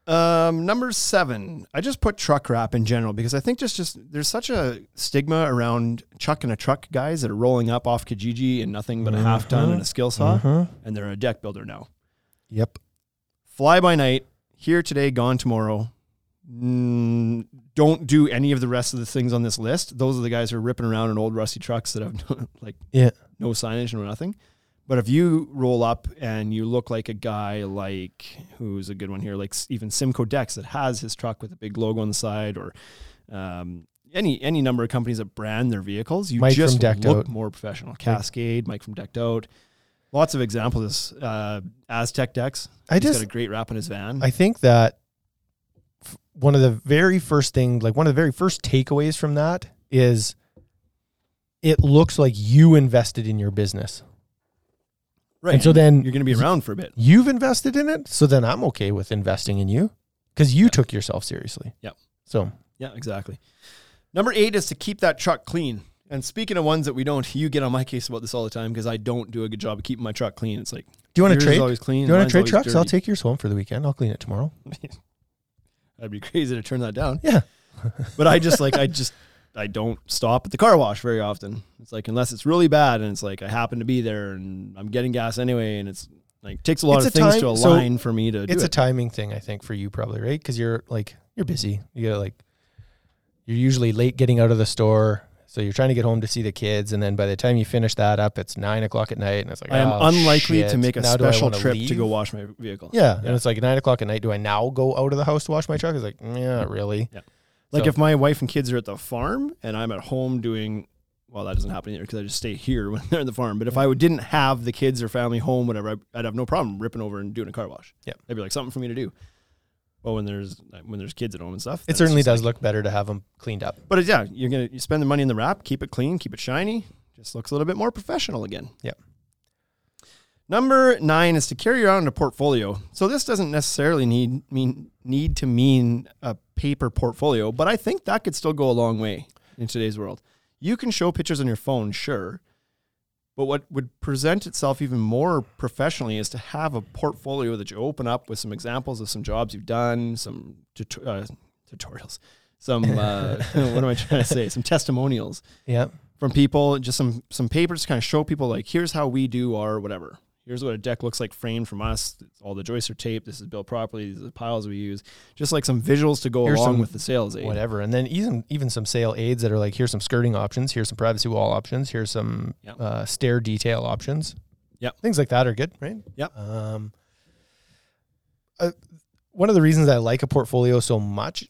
Speaker 3: Um, number seven, I just put truck wrap in general because I think just just there's such a stigma around chucking a truck guys that are rolling up off Kijiji and nothing but a half ton and a skill saw, and they're a deck builder now.
Speaker 1: Yep.
Speaker 3: Fly by night, here today, gone tomorrow. Mm, don't do any of the rest of the things on this list. Those are the guys who are ripping around in old rusty trucks that have no, like
Speaker 1: Yeah.
Speaker 3: no signage, no nothing. But if you roll up and you look like a guy like who's a good one here, like s- even Simco Dex that has his truck with a big logo on the side, or um, any any number of companies that brand their vehicles, you
Speaker 1: Mike from
Speaker 3: just
Speaker 1: Decked
Speaker 3: look
Speaker 1: Out.
Speaker 3: more professional. Cascade, Mike from Decked Out, lots of examples. Uh, Aztec Dex,
Speaker 1: I
Speaker 3: He's
Speaker 1: just-
Speaker 3: got a great wrap in his van.
Speaker 1: I think that f- one of the very first thing, like one of the very first takeaways from that is it looks like you invested in your business.
Speaker 3: right,
Speaker 1: and so then-
Speaker 3: you're going to be around for a bit.
Speaker 1: You've invested in it, so then I'm okay with investing in you because you took yourself seriously.
Speaker 3: Yep.
Speaker 1: So
Speaker 3: Yeah, exactly. Number eight is to keep that truck clean. And speaking of ones that we don't, you get on my case about this all the time because I don't do a good job of keeping my truck clean. It's like,
Speaker 1: do you want
Speaker 3: Yours
Speaker 1: to
Speaker 3: is
Speaker 1: trade?
Speaker 3: always clean,
Speaker 1: do you want
Speaker 3: mine's
Speaker 1: to trade
Speaker 3: always
Speaker 1: trucks? I'll
Speaker 3: dirty.
Speaker 1: take yours home for the weekend. I'll clean it tomorrow.
Speaker 3: I'd be crazy to turn that down.
Speaker 1: Yeah.
Speaker 3: But I just like I just I don't stop at the car wash very often. It's like unless it's really bad and it's like I happen to be there and I'm getting gas anyway and it's like takes a lot
Speaker 1: It's
Speaker 3: of
Speaker 1: a
Speaker 3: things
Speaker 1: time-
Speaker 3: to
Speaker 1: so
Speaker 3: align for me to
Speaker 1: it's
Speaker 3: do
Speaker 1: a
Speaker 3: it.
Speaker 1: timing thing, I think, for you probably, right? Because you're like you're busy. You got like you're usually late getting out of the store, so you're trying to get home to see the kids, and then by the time you finish that up, it's nine o'clock at night, and it's like
Speaker 3: I am
Speaker 1: "Oh,
Speaker 3: unlikely to
Speaker 1: shit,
Speaker 3: make a
Speaker 1: now do I
Speaker 3: special
Speaker 1: wanna
Speaker 3: trip to
Speaker 1: leave?"
Speaker 3: go wash my vehicle.
Speaker 1: Yeah, and it's like nine o'clock at night. Do I now go out of the house to wash my truck? It's like, mm, yeah, not really.
Speaker 3: Like
Speaker 1: So-
Speaker 3: if my wife and kids are at the farm and I'm at home doing well, that doesn't happen either because I just stay here when they're at the farm. But if I would- didn't have the kids or family home, whatever, I'd- I'd have no problem ripping over and doing a car wash.
Speaker 1: Yep.
Speaker 3: that'd be like something for me to do. Well, when there's when there's kids at home and stuff,
Speaker 1: It
Speaker 3: then it's
Speaker 1: certainly
Speaker 3: just like-
Speaker 1: does look better to have them cleaned up.
Speaker 3: but it, yeah, you're gonna you spend the money in the wrap, keep it clean, keep it shiny. Just looks a little bit more professional again.
Speaker 1: Yep.
Speaker 3: Number nine is to carry around a portfolio. So this doesn't necessarily need mean need to mean a paper portfolio, but I think that could still go a long way in today's world. You can show pictures on your phone, sure, but what would present itself even more professionally is to have a portfolio that you open up with some examples of some jobs you've done, some tut- uh, tutorials, some uh, what am I trying to say? Some testimonials
Speaker 1: Yeah,
Speaker 3: from people, just some some papers to kind of show people like here's how we do our whatever. Here's what a deck looks like framed from us. All the joists are taped. This is built properly. These are the piles we use. Just like some visuals to go
Speaker 1: Here's
Speaker 3: along
Speaker 1: some
Speaker 3: with the sales aid.
Speaker 1: whatever. And then even even some sale aids that are like, here's some skirting options, here's some privacy wall options, here's some
Speaker 3: Yep.
Speaker 1: uh, stair detail options.
Speaker 3: Yep.
Speaker 1: things like that are good, right?
Speaker 3: Yep.
Speaker 1: Um, uh, one of the reasons I like a portfolio so much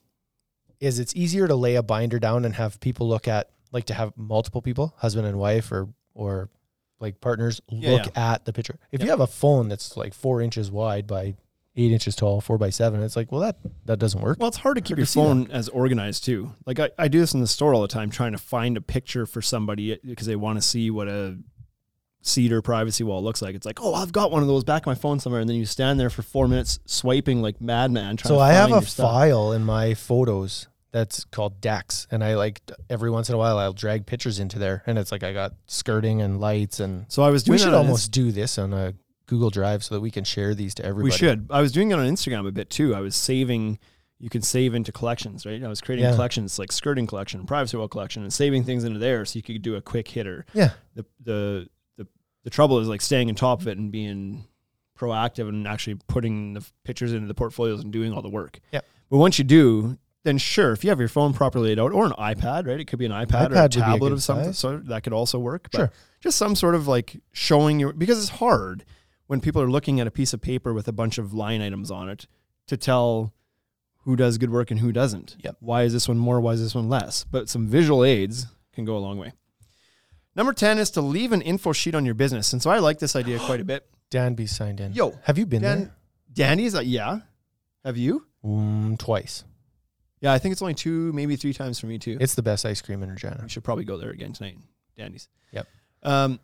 Speaker 1: is it's easier to lay a binder down and have people look at, like to have multiple people, husband and wife, or or like partners,
Speaker 3: Yeah,
Speaker 1: look at the picture. If you have a phone that's like four inches wide by eight inches tall, four by seven, it's like, well, that that doesn't work.
Speaker 3: Well, it's hard to keep
Speaker 1: to
Speaker 3: your
Speaker 1: see that.
Speaker 3: phone as organized too. Like I, I do this in the store all the time, trying to find a picture for somebody because they want to see what a cedar privacy wall looks like. It's like, oh, I've got one of those back of my phone somewhere, and then you stand there for four minutes swiping like madman. Trying
Speaker 1: So
Speaker 3: to
Speaker 1: I have
Speaker 3: find
Speaker 1: a
Speaker 3: your stuff.
Speaker 1: file in my photos that's called Dex, and I like every once in a while I'll drag pictures into there, and it's like I got skirting and lights, and
Speaker 3: So I was doing
Speaker 1: we
Speaker 3: that
Speaker 1: should
Speaker 3: on
Speaker 1: almost do this on a Google Drive so that we can share these to everybody.
Speaker 3: We should. I was doing it on Instagram a bit too. I was saving. You can save into collections, right? I was creating
Speaker 1: Yeah.
Speaker 3: collections like skirting collection, privacy wall collection, and saving things into there so you could do a quick hitter.
Speaker 1: Yeah,
Speaker 3: The the the, the trouble is like staying on top of it and being proactive and actually putting the f- pictures into the portfolios and doing all the work.
Speaker 1: Yep.
Speaker 3: But once you do, then sure, if you have your phone properly laid out or an iPad, right? It could be an iPad, or
Speaker 1: iPad
Speaker 3: a
Speaker 1: would be a
Speaker 3: tablet
Speaker 1: good
Speaker 3: of some
Speaker 1: size.
Speaker 3: sort. That could also work. But
Speaker 1: Sure.
Speaker 3: just some sort of like showing your because it's hard when people are looking at a piece of paper with a bunch of line items on it to tell who does good work and who doesn't.
Speaker 1: Yep.
Speaker 3: Why is this one more? Why is this one less? But some visual aids can go a long way. Number 10 is to leave an info sheet on your business. And so I like this idea quite a bit.
Speaker 1: Danby signed in.
Speaker 3: Yo,
Speaker 1: have you been
Speaker 3: Dan, Danny's like, yeah. Have you?
Speaker 1: there? Mm, twice.
Speaker 3: Yeah, I think it's only two, maybe three times for me too.
Speaker 1: It's the best ice cream in Regina.
Speaker 3: We should probably go there again tonight, Danny's.
Speaker 1: Yep.
Speaker 3: Um,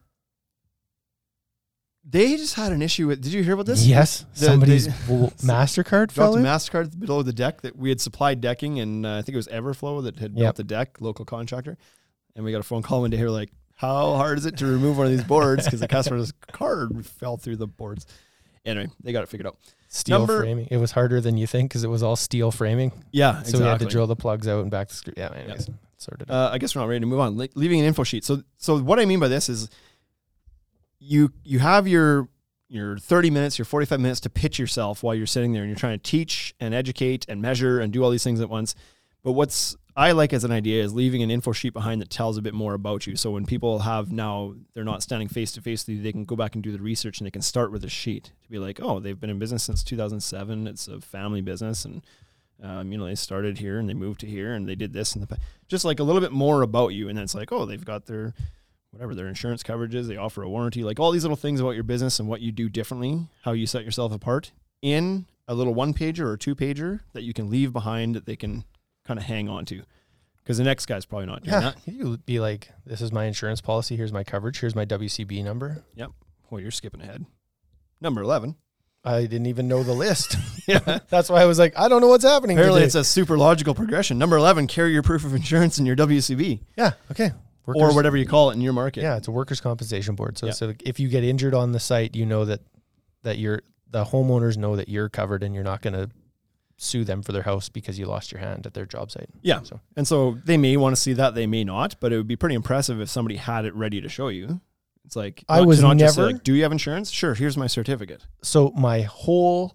Speaker 3: they just had an issue with. Did you hear about this?
Speaker 1: Yes,
Speaker 3: The-
Speaker 1: somebody's
Speaker 3: they-
Speaker 1: w- Mastercard
Speaker 3: dropped a
Speaker 1: fell. in?
Speaker 3: Mastercard below the deck that we had supplied decking, and uh, I think it was Everflow that had
Speaker 1: Yep.
Speaker 3: built the deck, local contractor. And we got a phone call one day. We're like, "How hard is it to remove one of these boards?" Because the customer's card fell through the boards. Anyway, they got it figured out.
Speaker 1: Steel
Speaker 3: Number-
Speaker 1: framing. It was harder than you think because it was all steel framing.
Speaker 3: Yeah,
Speaker 1: So we had to drill the plugs out and back the screw. Yeah, anyways, sorted. out.
Speaker 3: Uh, I guess we're not ready to move on. Le- leaving an info sheet. So, so what I mean by this is, you you have your your thirty minutes, your forty five minutes to pitch yourself while you're sitting there and you're trying to teach and educate and measure and do all these things at once. But what's I like as an idea is leaving an info sheet behind that tells a bit more about you. So when people have now they're not standing face to face with you, they can go back and do the research and they can start with a sheet to be like, oh, they've been in business since 2007. It's a family business and um, you know, they started here and they moved to here and they did this and the pa- just like a little bit more about you. And then it's like, oh, they've got their whatever their insurance coverages, they offer a warranty, like all these little things about your business and what you do differently, how you set yourself apart in a little one pager or two pager that you can leave behind that they can kind of hang on to. Because the next guy's probably not doing
Speaker 1: yeah,
Speaker 3: that.
Speaker 1: you'd be like, "This is my insurance policy. Here's my coverage. Here's my WCB number."
Speaker 3: Yep. Well, you're skipping ahead. Number 11.
Speaker 1: I didn't even know the list.
Speaker 3: Yeah.
Speaker 1: That's why I was like, "I don't know what's happening."
Speaker 3: Apparently,
Speaker 1: today."
Speaker 3: it's a super logical progression. Number 11, carry your proof of insurance in your WCB
Speaker 1: yeah, okay, Workers,
Speaker 3: or whatever you call it in your market.
Speaker 1: Yeah, it's a workers' compensation board. So,
Speaker 3: Yeah.
Speaker 1: so if you get injured on the site, you know that that you're the homeowners know that you're covered, and you're not going to sue them for their house because you lost your hand at their job site.
Speaker 3: Yeah.
Speaker 1: So-
Speaker 3: And so they may want to see that, they may not, but it would be pretty impressive if somebody had it ready to show you. It's like
Speaker 1: I
Speaker 3: not- to
Speaker 1: was
Speaker 3: not just say,
Speaker 1: never-
Speaker 3: like, do you have insurance? Sure, here's my certificate.
Speaker 1: so my whole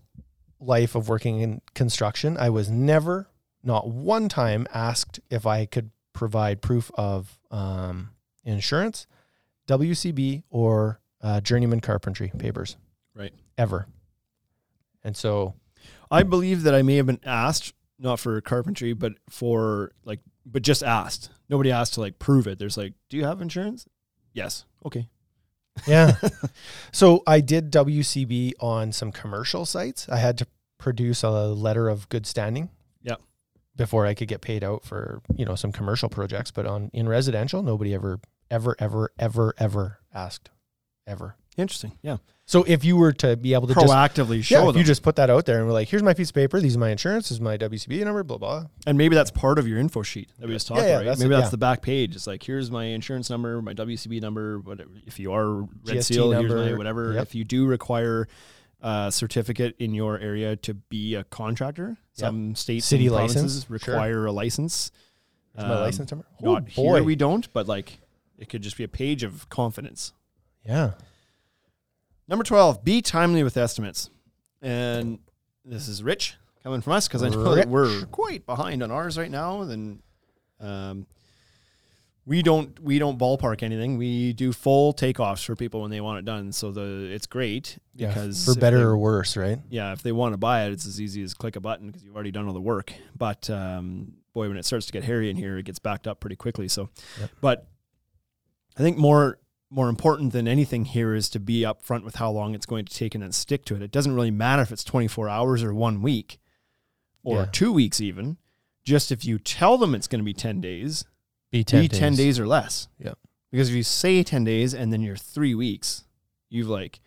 Speaker 1: life of working in construction, I was never, not one time, asked if I could provide proof of um, insurance, WCB, or uh, journeyman carpentry papers.
Speaker 3: Right.
Speaker 1: Ever. And so,
Speaker 3: I believe that I may have been asked, not for carpentry, but for like but just asked. Nobody asked to like prove it. There's like, do you have insurance? Yes. Okay.
Speaker 1: yeah. so I did WCB on some commercial sites. I had to produce a letter of good standing.
Speaker 3: Yep.
Speaker 1: Before I could get paid out for, you know, some commercial projects, but on in residential, nobody ever ever ever ever ever asked ever.
Speaker 3: Interesting. Yeah.
Speaker 1: So if you were to be able to just
Speaker 3: Proactively show
Speaker 1: yeah, if
Speaker 3: them.
Speaker 1: you just put that out there and we're like, here's my piece of paper, these are my insurance, this is my WCB number, blah blah.
Speaker 3: and maybe that's part of your info sheet that we just talked
Speaker 1: Yeah, yeah,
Speaker 3: about. Right?
Speaker 1: that's
Speaker 3: Maybe
Speaker 1: it,
Speaker 3: that's
Speaker 1: yeah.
Speaker 3: the back page. It's like, here's my insurance number, my WCB number, whatever. If you are Red
Speaker 1: GST
Speaker 3: Seal, here's
Speaker 1: number,
Speaker 3: my whatever.
Speaker 1: yep.
Speaker 3: If you do require a certificate in your area to be a contractor, some states,
Speaker 1: City
Speaker 3: and provinces
Speaker 1: license,
Speaker 3: require a license.
Speaker 1: Here's my
Speaker 3: Um,
Speaker 1: license number. Oh
Speaker 3: Not
Speaker 1: boy.
Speaker 3: here, we don't, but like it could just be a page of confidence.
Speaker 1: yeah.
Speaker 3: Number 12, be timely with estimates. And this is Rich coming from us because I know
Speaker 1: Rich.
Speaker 3: that we're quite behind on ours right now. And um, we don't we don't ballpark anything. We do full takeoffs for people when they want it done. So the it's great
Speaker 1: Yeah.
Speaker 3: because
Speaker 1: For
Speaker 3: if
Speaker 1: better
Speaker 3: they-
Speaker 1: or worse, right?
Speaker 3: yeah, if they want to buy it, it's as easy as click a button because you've already done all the work. But um, boy, when it starts to get hairy in here, it gets backed up pretty quickly. So,
Speaker 1: Yep.
Speaker 3: but I think more more important than anything here is to be upfront with how long it's going to take and then stick to it. It doesn't really matter if it's 24 hours or one week or
Speaker 1: Yeah.
Speaker 3: two weeks, even. Just if you tell them it's going to be 10 days,
Speaker 1: Be
Speaker 3: be 10 days or less.
Speaker 1: Yep.
Speaker 3: Because if you say 10 days and then you're three weeks, you've like,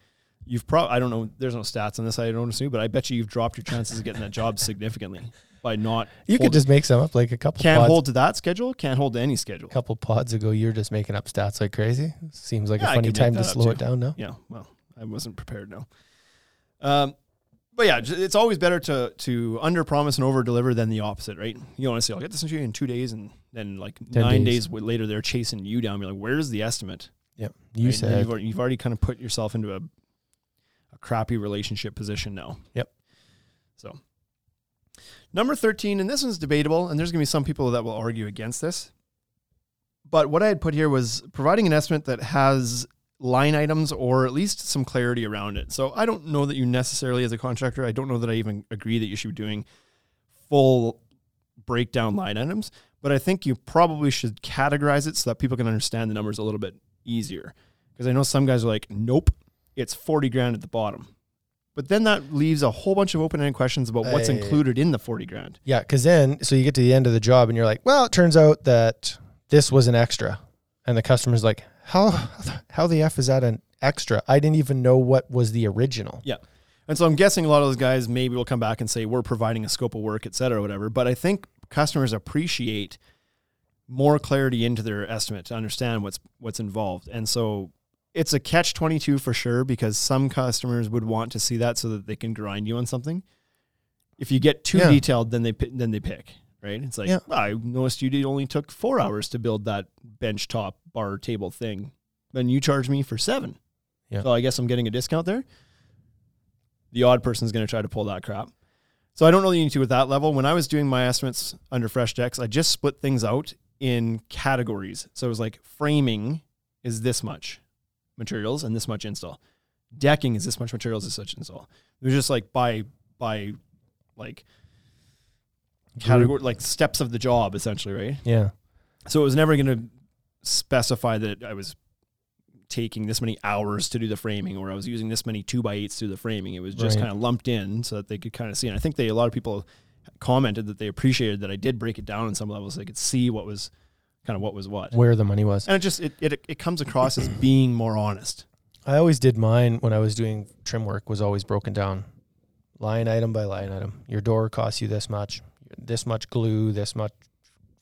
Speaker 3: you've probably, I don't know, there's no stats on this, I don't assume, but I bet you you've dropped your chances of getting that job significantly by not.
Speaker 1: You could
Speaker 3: holding-
Speaker 1: just make some up like a couple
Speaker 3: Can't
Speaker 1: pods
Speaker 3: hold to that schedule, can't hold to any schedule.
Speaker 1: couple pods ago, you were just making up stats like crazy. Seems like
Speaker 3: Yeah, I
Speaker 1: a funny
Speaker 3: could make
Speaker 1: time to
Speaker 3: that up
Speaker 1: slow it
Speaker 3: too.
Speaker 1: down now.
Speaker 3: Yeah, well, I wasn't prepared. No. Um, but yeah, j- it's always better to to under promise and over deliver than the opposite, right? You want to say, "I'll get this into you in two days," and then like nine
Speaker 1: days.
Speaker 3: days. w later, they're chasing you down. Be like, "Where's the estimate?"
Speaker 1: Yep. You
Speaker 3: right? And
Speaker 1: said
Speaker 3: you've, already- you've already kind of put yourself into a a crappy relationship position now.
Speaker 1: Yep.
Speaker 3: So, number 13, and this one's debatable, and there's going to be some people that will argue against this. But what I had put here was providing an estimate that has line items or at least some clarity around it. So, I don't know that you necessarily, as a contractor, I don't know that I even agree that you should be doing full breakdown line items, but I think you probably should categorize it so that people can understand the numbers a little bit easier. Because I know some guys are like, nope, it's 40 grand at the bottom. But then that leaves a whole bunch of open ended questions about what's
Speaker 1: Aye.
Speaker 3: included in the 40 grand.
Speaker 1: Yeah, because then, so you get to the end of the job and you're like, well, it turns out that this was an extra. And the customer's like, how, how the F is that an extra? I didn't even know what was the original.
Speaker 3: Yeah. And so I'm guessing a lot of those guys maybe will come back and say, we're providing a scope of work, et cetera, whatever. But I think customers appreciate more clarity into their estimate to understand what's what's involved. And so it's a catch 22 for sure because some customers would want to see that so that they can grind you on something. If you get too
Speaker 1: Yeah.
Speaker 3: detailed, then they pi- then they pick, right? It's like,
Speaker 1: Yeah.
Speaker 3: "Well, I noticed you did only took 4 hours to build that bench top bar table thing. Then you charge me for 7.
Speaker 1: Yeah.
Speaker 3: So I guess I'm getting a discount there. The odd person's going to try to pull that crap. So I don't know that you need to at that level. When I was doing my estimates under Fresh Decks, I just split things out in categories. So it was like framing is this much materials and this much install. Decking is this much materials is such install. It was just like by by like category like steps of the job essentially, right?
Speaker 1: Yeah.
Speaker 3: So it was never going to specify that I was taking this many hours to do the framing or I was using this many two by eights to do the framing. It was just
Speaker 1: Right.
Speaker 3: kind of lumped in so that they could kind of see. And I think they, a lot of people commented that they appreciated that I did break it down on some levels. So they could see what was kind of what was what.
Speaker 1: Where the money was.
Speaker 3: And it just, it, it, it comes across as being more honest.
Speaker 1: I always did mine when I was doing trim work was always broken down line item by line item. Your door costs you this much, this much glue, this much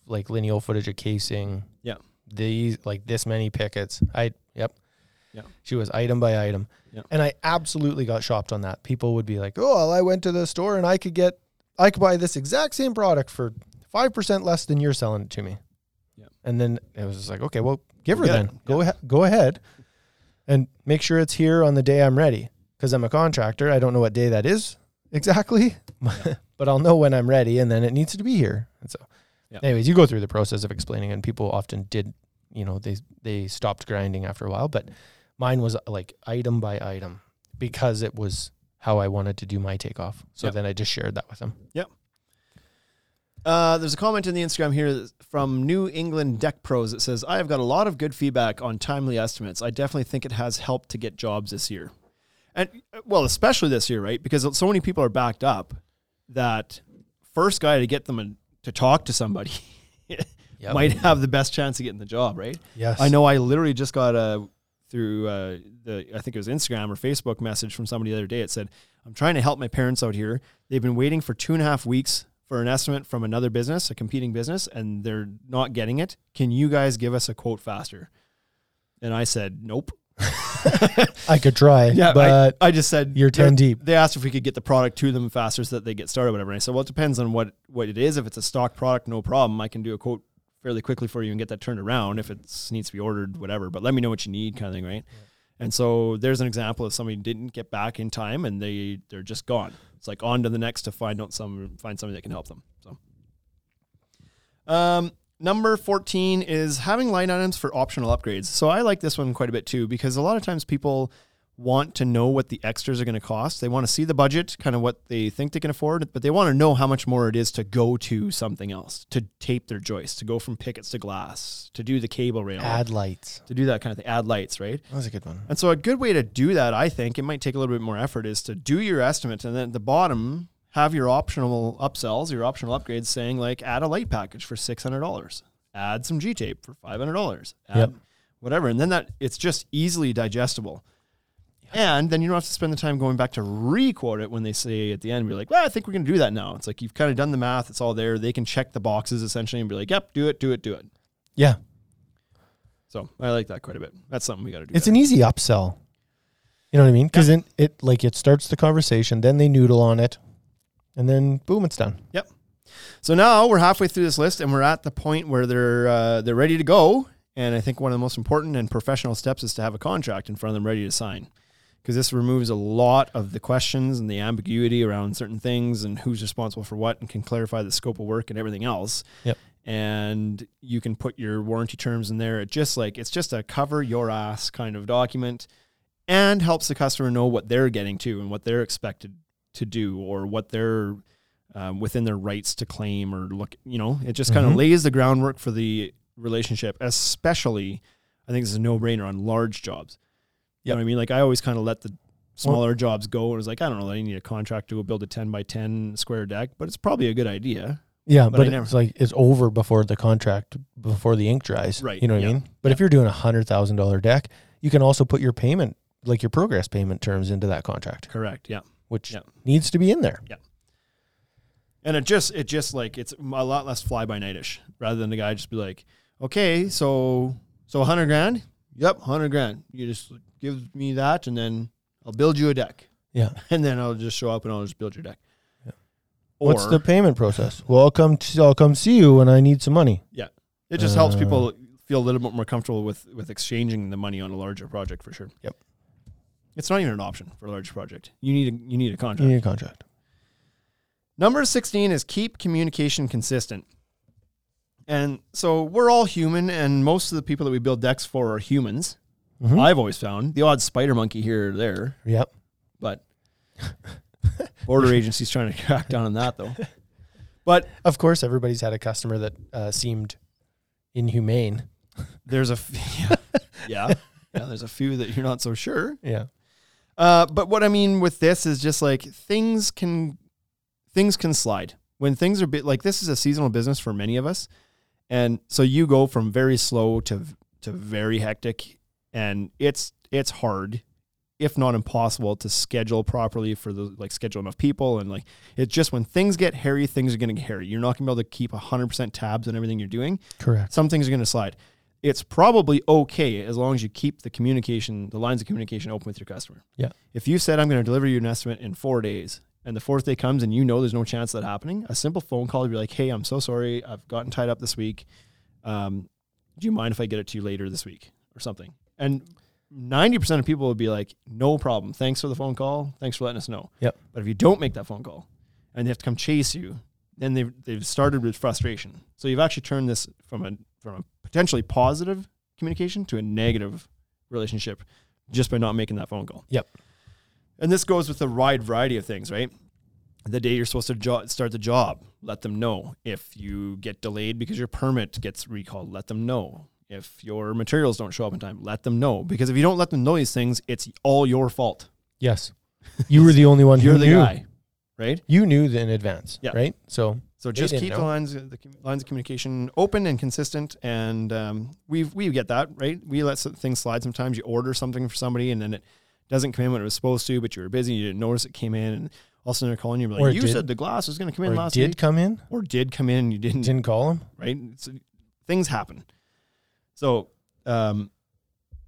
Speaker 1: like lineal footage of casing.
Speaker 3: Yeah.
Speaker 1: These like this many pickets. I yep.
Speaker 3: Yeah.
Speaker 1: She was item by item.
Speaker 3: Yeah.
Speaker 1: And I absolutely got shopped on that. People would be like, "Oh, well, I went to the store and I could get I could buy this exact same product for 5% less than you're selling it to me."
Speaker 3: Yeah.
Speaker 1: And then it was just like, "Okay, well, give her
Speaker 3: Get
Speaker 1: then.
Speaker 3: it.
Speaker 1: Go ahead, go ahead and make sure it's here on the day I'm ready because I'm a contractor. I don't know what day that is exactly, but I'll know when I'm ready and then it needs to be here. And so,
Speaker 3: Yeah.
Speaker 1: anyways, you go through the process of explaining, and people often did, you know, they they stopped grinding after a while, but mine was uh, like item by item because it was how I wanted to do my takeoff. So
Speaker 3: Yeah.
Speaker 1: then I just shared that with them.
Speaker 3: Uh, there's a comment in the Instagram here that's from New England Deck Pros that says, I have got a lot of good feedback on timely estimates. I definitely think it has helped to get jobs this year. And uh, well, especially this year, right? Because so many people are backed up that first guy to get them in- to talk to somebody might have the best chance of getting the job, right?
Speaker 1: Yes.
Speaker 3: I know I literally just got a through uh, the I think it was Instagram or Facebook message from somebody the other day. It said, "I'm trying to help my parents out here. They've been waiting for two and a half weeks for an estimate from another business, a competing business, and they're not getting it. Can you guys give us a quote faster?" And I said, "Nope."
Speaker 1: I could try,
Speaker 3: Yeah,
Speaker 1: but
Speaker 3: I, I just said
Speaker 1: you're 10 deep.
Speaker 3: They asked if we could get the product to them faster so that they get started, whatever. And I said, well, it depends on what what it is. If it's a stock product, no problem. I can do a quote fairly quickly for you and get that turned around. If it needs to be ordered, whatever. But let me know what you need, kind of thing, right? And so there's an example of somebody didn't get back in time and they they're just gone. It's like on to the next to find out some find somebody that can help them. So. Um, number 14 is having line items for optional upgrades. So I like this one quite a bit too because a lot of times people want to know what the extras are going to cost. They want to see the budget, kind of what they think they can afford, but they want to know how much more it is to go to something else, to tape their joists, to go from pickets to glass, to do the cable rail,
Speaker 1: ad lights.
Speaker 3: to do that kind of thing, add lights, right?
Speaker 1: That was a good one.
Speaker 3: And so Oh. a good way to do that, I think, it might take a little bit more effort, is to do your estimate and then at the bottom have your optional upsells, your optional upgrades saying like add a light package for six hundred dollars, add some G tape for five hundred dollars,
Speaker 1: Yep.
Speaker 3: whatever. And then that it's just easily digestible. And then you don't have to spend the time going back to re-quote it when they say at the end, we're like, well, I think we're going to do that now. It's like you've kind of done the math. It's all there. They can check the boxes essentially and be like, yep, do it, do it, do it.
Speaker 1: Yeah.
Speaker 3: So I like that quite a bit. That's something we got to do.
Speaker 1: It's
Speaker 3: better.
Speaker 1: an easy upsell. You know what I mean? Because then it like it starts the conversation, then they noodle on it, and then boom, it's done.
Speaker 3: Yep. So now we're halfway through this list, and we're at the point where they're uh, they're ready to go. And I think one of the most important and professional steps is to have a contract in front of them ready to sign. because this removes a lot of the questions and the ambiguity around certain things and who's responsible for what and can clarify the scope of work and everything else.
Speaker 1: Yep.
Speaker 3: And you can put your warranty terms in there. It just like it's just a cover your ass kind of document and helps the customer know what they're getting to and what they're expected to do or what they're um, within their rights to claim or look, you know, it just kind of
Speaker 1: Mhm.
Speaker 3: lays the groundwork for the relationship, especially I think this is a no brainer on large jobs. You
Speaker 1: Yep.
Speaker 3: know what I mean? Like I always kind of let the smaller jobs go and was like, I don't know, I need a contract to go build a 10 by 10 square deck, but it's probably a good idea.
Speaker 1: Yeah,
Speaker 3: But
Speaker 1: but,
Speaker 3: I
Speaker 1: it's
Speaker 3: never-
Speaker 1: like it's over before the contract, before the ink dries.
Speaker 3: Right,
Speaker 1: You know what
Speaker 3: yeah,
Speaker 1: I mean? But if you're doing a hundred thousand dollar deck, you can also put your payment, like your progress payment terms, into that contract,
Speaker 3: Correct. Yeah.
Speaker 1: which
Speaker 3: Yeah.
Speaker 1: needs to be in there.
Speaker 3: And it just, it just like, it's a lot less fly by nightish rather than the guy just be like, okay, so, so 100 grand? Yep, 100 grand. You just give me that and then I'll build you a deck.
Speaker 1: Yeah.
Speaker 3: And then I'll just show up and I'll just build your deck. Or,
Speaker 1: What's the payment process? Well, I'll come. To, I'll come see you when I need some money.
Speaker 3: Yeah. It just helps
Speaker 1: Uh,
Speaker 3: people feel a little bit more comfortable with with exchanging the money on a larger project for sure.
Speaker 1: Yep.
Speaker 3: It's not even an option for a large project. You need a you need a contract.
Speaker 1: You need a contract.
Speaker 3: Number 16 is keep communication consistent. And so we're all human and most of the people that we build decks for are humans.
Speaker 1: Mhm.
Speaker 3: I've always found the odd spider monkey here or there,
Speaker 1: Yep.
Speaker 3: but border agencies trying to crack down on that though. But
Speaker 1: Of course, everybody's had a customer that uh, seemed inhumane.
Speaker 3: there's a f- yeah, yeah, yeah, there's a few that you're not so sure.
Speaker 1: Yeah.
Speaker 3: Uh, but what I mean with this is just like things can things can slide when things are bit like this is a seasonal business for many of us, and so you go from very slow to to very hectic, and it's it's hard, if not impossible, to schedule properly for the like schedule enough people and like it's just when things get hairy, things are gonna get hairy. You're not gonna be able to keep hundred percent tabs on everything you're doing
Speaker 1: Correct.
Speaker 3: some things are going to slide. It's probably okay as long as you keep the communication, the lines of communication open with your customer.
Speaker 1: Yeah.
Speaker 3: If you said, I'm going to deliver you an estimate in four days, and the fourth day comes and you know there's no chance of that happening, a simple phone call would be like, Hey, I'm so sorry. I've gotten tied up this week. Um, do you mind if I get it to you later this week or something? And 90% of people would be like, No problem. Thanks for the phone call. Thanks for letting us know.
Speaker 1: Yep.
Speaker 3: But if you don't make that phone call and they have to come chase you, then they've, they've started with frustration. So you've actually turned this from a, from a potentially positive communication to a negative relationship just by not making that phone call.
Speaker 1: Yep.
Speaker 3: And this goes with a wide variety of things, right? The day you're supposed to jo- start the job, let them know. If you get delayed because your permit gets recalled, let them know. If your materials don't show up in time, let them know. Because if you don't let them know these things, it's all your fault.
Speaker 1: Yes. You were the only one
Speaker 3: You're
Speaker 1: who
Speaker 3: the
Speaker 1: knew.
Speaker 3: guy, right?
Speaker 1: You knew in advance.
Speaker 3: Yeah.
Speaker 1: Right. So
Speaker 3: So
Speaker 1: They
Speaker 3: just
Speaker 1: didn't
Speaker 3: keep the
Speaker 1: know.
Speaker 3: lines the commu- lines of communication open and consistent, and um, we we get that right. We let some things slide sometimes. You order something for somebody, and then it doesn't come in when it was supposed to, but you were busy, you didn't notice it came in, and all of a sudden they're calling you like,
Speaker 1: Or it
Speaker 3: "You
Speaker 1: did-
Speaker 3: said the glass was going to come
Speaker 1: or
Speaker 3: in
Speaker 1: it
Speaker 3: last
Speaker 1: did
Speaker 3: week,
Speaker 1: come in.
Speaker 3: or did come in, and you didn't."
Speaker 1: Didn't call him.
Speaker 3: right? It's, things happen. So, um,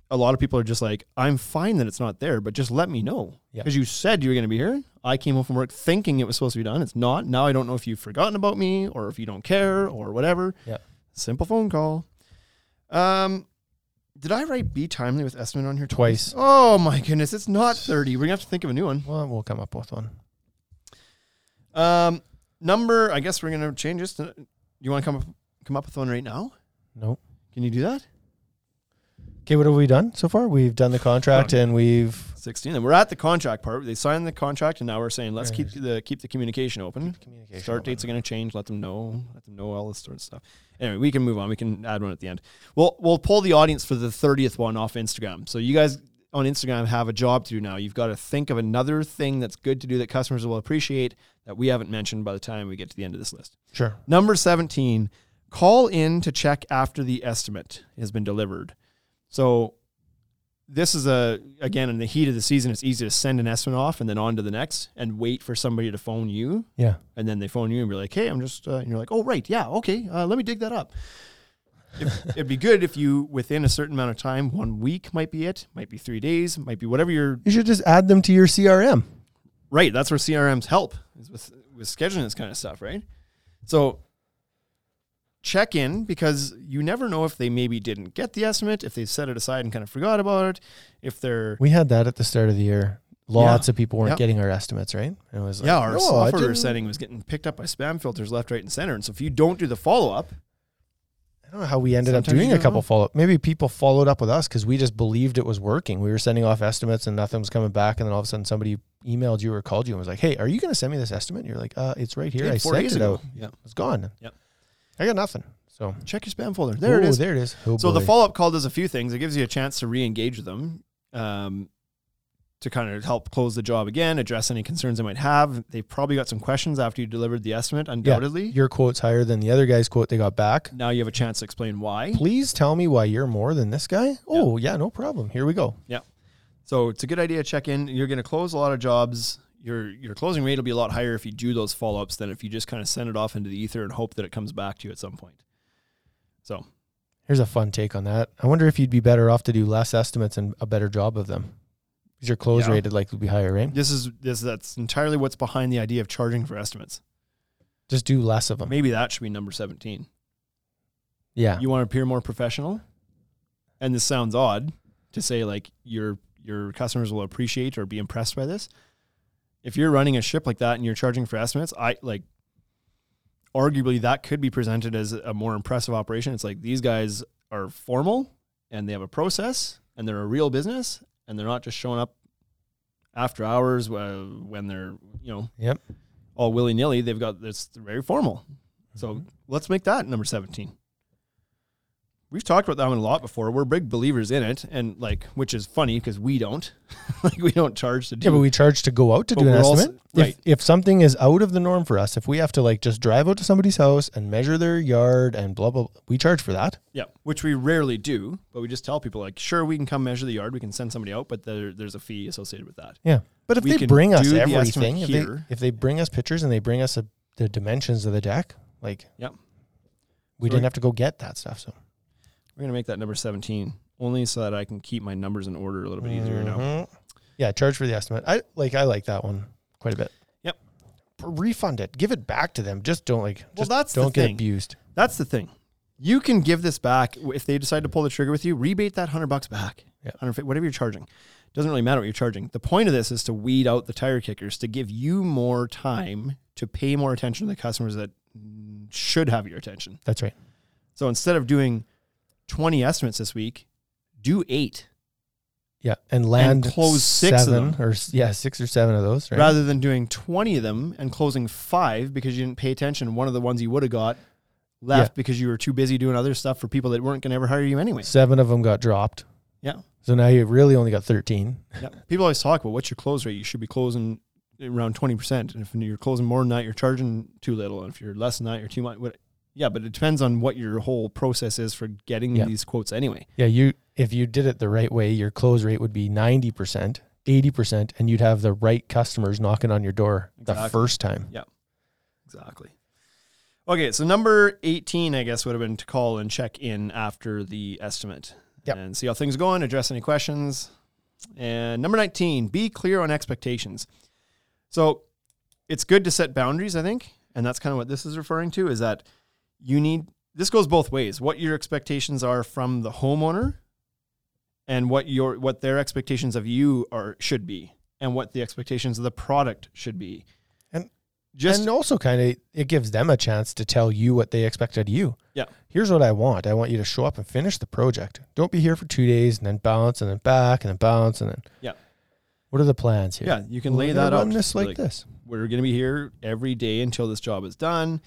Speaker 3: a lot of people are just like, I'm fine that it's not there, but just let me know.
Speaker 1: Yeah.
Speaker 3: Because you said you were going to be here. I came home from work thinking it was supposed to be done. It's not. Now I don't know if you've forgotten about me or if you don't care or whatever.
Speaker 1: Yeah.
Speaker 3: Simple phone call. Um, did I write be timely with estimate on here
Speaker 1: Twice.
Speaker 3: Oh my goodness. It's not 30. We're going to have to think of a new one.
Speaker 1: Well, we'll come up with one.
Speaker 3: Um, number, I guess we're going to change this. To, you want to come up, come up with one right now?
Speaker 1: No.
Speaker 3: Can you do that?
Speaker 1: Okay. What have we done so far? We've done the contract and we've
Speaker 3: 16. And we're at the contract part. They signed the contract, and now we're saying let's
Speaker 1: Right.
Speaker 3: keep the keep the communication open.
Speaker 1: communication.
Speaker 3: Start dates are going to change. Let them know. Let them know all this sort of stuff. Anyway, we can move on. We can add one at the end. We'll we'll pull the audience for the 30th one off Instagram. So you guys on Instagram have a job to do now. You've got to think of another thing that's good to do that customers will appreciate that we haven't mentioned by the time we get to the end of this list.
Speaker 1: Sure.
Speaker 3: Number 17, call in to check after the estimate has been delivered. So this is a again in the heat of the season it's easy to send an estimate off and then on to the next and wait for somebody to phone you
Speaker 1: Yeah.
Speaker 3: and then they phone you and be like hey i'm just uh, and you're like oh right yeah okay uh, let me dig that up if, it'd be good if you within a certain amount of time one week might be it might be three days might be whatever your
Speaker 1: You should just add them to your CRM.
Speaker 3: Right. That's where CRMs help is with, with scheduling this kind of stuff, right? So check in because you never know if they maybe didn't get the estimate, if they set it aside and kind of forgot about it, if they're
Speaker 1: We had that at the start of the year. Lots
Speaker 3: Yeah.
Speaker 1: of people weren't
Speaker 3: Yep.
Speaker 1: getting our estimates, right? And It was like,
Speaker 3: yeah, our
Speaker 1: "No, I
Speaker 3: software
Speaker 1: didn't-
Speaker 3: setting was getting picked up by spam filters left, right, and center. And so if you don't do the follow up,
Speaker 1: I don't know how we ended up
Speaker 3: Sometimes
Speaker 1: doing
Speaker 3: you
Speaker 1: a
Speaker 3: don't
Speaker 1: couple
Speaker 3: know.
Speaker 1: follow up. Maybe people followed up with us because we just believed it was working. We were sending off estimates and nothing was coming back. And then all of a sudden somebody emailed you or called you and was like, hey, are you going to send me this estimate? And you're like, uh, it's right here. I
Speaker 3: four
Speaker 1: sent
Speaker 3: days
Speaker 1: it
Speaker 3: ago.
Speaker 1: out.
Speaker 3: Yep.
Speaker 1: It's gone.
Speaker 3: Yep.
Speaker 1: I got nothing. So
Speaker 3: Check your spam folder. There it
Speaker 1: Ooh,
Speaker 3: is.
Speaker 1: There it is. Oh,
Speaker 3: So the
Speaker 1: boy.
Speaker 3: follow-up call does a few things. It gives you a chance to re-engage with them, um, to kind of help close the job again, address any concerns they might have. They probably got some questions after you delivered the estimate. Undoubtedly,
Speaker 1: Your quote's higher than the other guy's quote they got back.
Speaker 3: now you have a chance to explain why.
Speaker 1: Please tell me why you're more than this guy. Oh, yeah, no problem. Here we go.
Speaker 3: Yeah. So it's a good idea to check in. You're going to close a lot of jobs. Your your closing rate will be a lot higher if you do those follow-ups than if you just kind of send it off into the ether and hope that it comes back to you at some point. So
Speaker 1: Here's a fun take on that. I wonder if you'd be better off to do less estimates and a better job of them. Because your close
Speaker 3: Yeah.
Speaker 1: rate would likely be higher, right?
Speaker 3: this is this that's entirely what's behind the idea of charging for estimates.
Speaker 1: Just do less of them.
Speaker 3: Maybe that should be number 17.
Speaker 1: Yeah.
Speaker 3: you want to appear more professional and this sounds odd to say like your your customers will appreciate or be impressed by this if you're running a ship like that and you're charging for estimates i like arguably that could be presented as a more impressive operation it's like these guys are formal and they have a process and they're a real business and they're not just showing up after hours uh, when they're you know
Speaker 1: Yep.
Speaker 3: all willy-nilly they've got this very formal so
Speaker 1: Mm-hmm.
Speaker 3: let's make that number 17 we've talked about that one a lot before. We're big believers in it, and like, which is funny because we don't, like, we don't charge to do.
Speaker 1: Yeah, but we charge to go out to
Speaker 3: But
Speaker 1: do an
Speaker 3: we're also-
Speaker 1: estimate.
Speaker 3: right.
Speaker 1: If, if something is out of the norm for us, if we have to like just drive out to somebody's house and measure their yard and blah, blah, blah we charge for that.
Speaker 3: yeah, which we rarely do, but we just tell people like, sure, we can come measure the yard, we can send somebody out, but there, there's a fee associated with that.
Speaker 1: Yeah. But if
Speaker 3: We
Speaker 1: they
Speaker 3: can
Speaker 1: bring us
Speaker 3: do the estimate
Speaker 1: everything, if
Speaker 3: here.
Speaker 1: they, if they bring us pictures and they bring us a, the dimensions of the deck, like
Speaker 3: Yep,
Speaker 1: we
Speaker 3: So
Speaker 1: didn't
Speaker 3: we-
Speaker 1: have to go get that stuff. So
Speaker 3: we're gonna make that number seventeen only so that I can keep my numbers in order a little bit easier now.
Speaker 1: Mhm. Yeah, charge for the estimate. I like I like that one quite a bit.
Speaker 3: Yep.
Speaker 1: Refund it. Give it back to them. Just don't like.
Speaker 3: Well,
Speaker 1: just
Speaker 3: that's the
Speaker 1: don't get
Speaker 3: thing.
Speaker 1: abused.
Speaker 3: That's the thing. You can give this back if they decide to pull the trigger with you. Rebate that hundred bucks back,
Speaker 1: Yeah.
Speaker 3: 150 whatever you're charging. Doesn't really matter what you're charging. The point of this is to weed out the tire kickers to give you more time to pay more attention to the customers that should have your attention.
Speaker 1: That's right.
Speaker 3: So instead of doing 20 estimates this week, do eight
Speaker 1: Yeah, and land
Speaker 3: close six of
Speaker 1: seven
Speaker 3: them.
Speaker 1: or s- yeah six or seven of those. Right.
Speaker 3: rather than doing 20 of them and closing five because you didn't pay attention. One of the ones you would have got left
Speaker 1: Yeah.
Speaker 3: because you were too busy doing other stuff for people that weren't going to ever hire you anyway.
Speaker 1: seven of them got dropped.
Speaker 3: Yeah.
Speaker 1: So now you really only got thirteen.
Speaker 3: Yeah. People always talk about what's your close rate. You should be closing around twenty percent, and if you're closing more than that, you're charging too little, and if you're less than that, you're too much. What? Yeah, but it depends on what your whole process is for getting
Speaker 1: Yeah.
Speaker 3: these quotes anyway.
Speaker 1: Yeah, you if you did it the right way, your close rate would be ninety percent, eighty percent, and you'd have the right customers knocking on your door the
Speaker 3: Exactly.
Speaker 1: first time.
Speaker 3: Exactly. Okay, so number eighteen, I guess, would have been to call and check in after the estimate,
Speaker 1: Yep.
Speaker 3: and see how things are going, address any questions, and number nineteen, be clear on expectations. So it's good to set boundaries, I think, and that's kind of what this is referring to is that you need this goes both ways. What your expectations are from the homeowner and what your what their expectations of you are should be and what the expectations of the product should be.
Speaker 1: And-
Speaker 3: just
Speaker 1: and also kind of it gives them a chance to tell you what they expect out of you.
Speaker 3: yeah.
Speaker 1: here's what I want. I want you to show up and finish the project. Don't be here for two days and then bounce and then back and then bounce and then.
Speaker 3: Yeah.
Speaker 1: What are the plans here?
Speaker 3: Yeah, you can
Speaker 1: We're
Speaker 3: lay
Speaker 1: gonna
Speaker 3: that out.
Speaker 1: Run this
Speaker 3: Be
Speaker 1: like,
Speaker 3: like,
Speaker 1: this.
Speaker 3: We're going to be here every day until this job is done.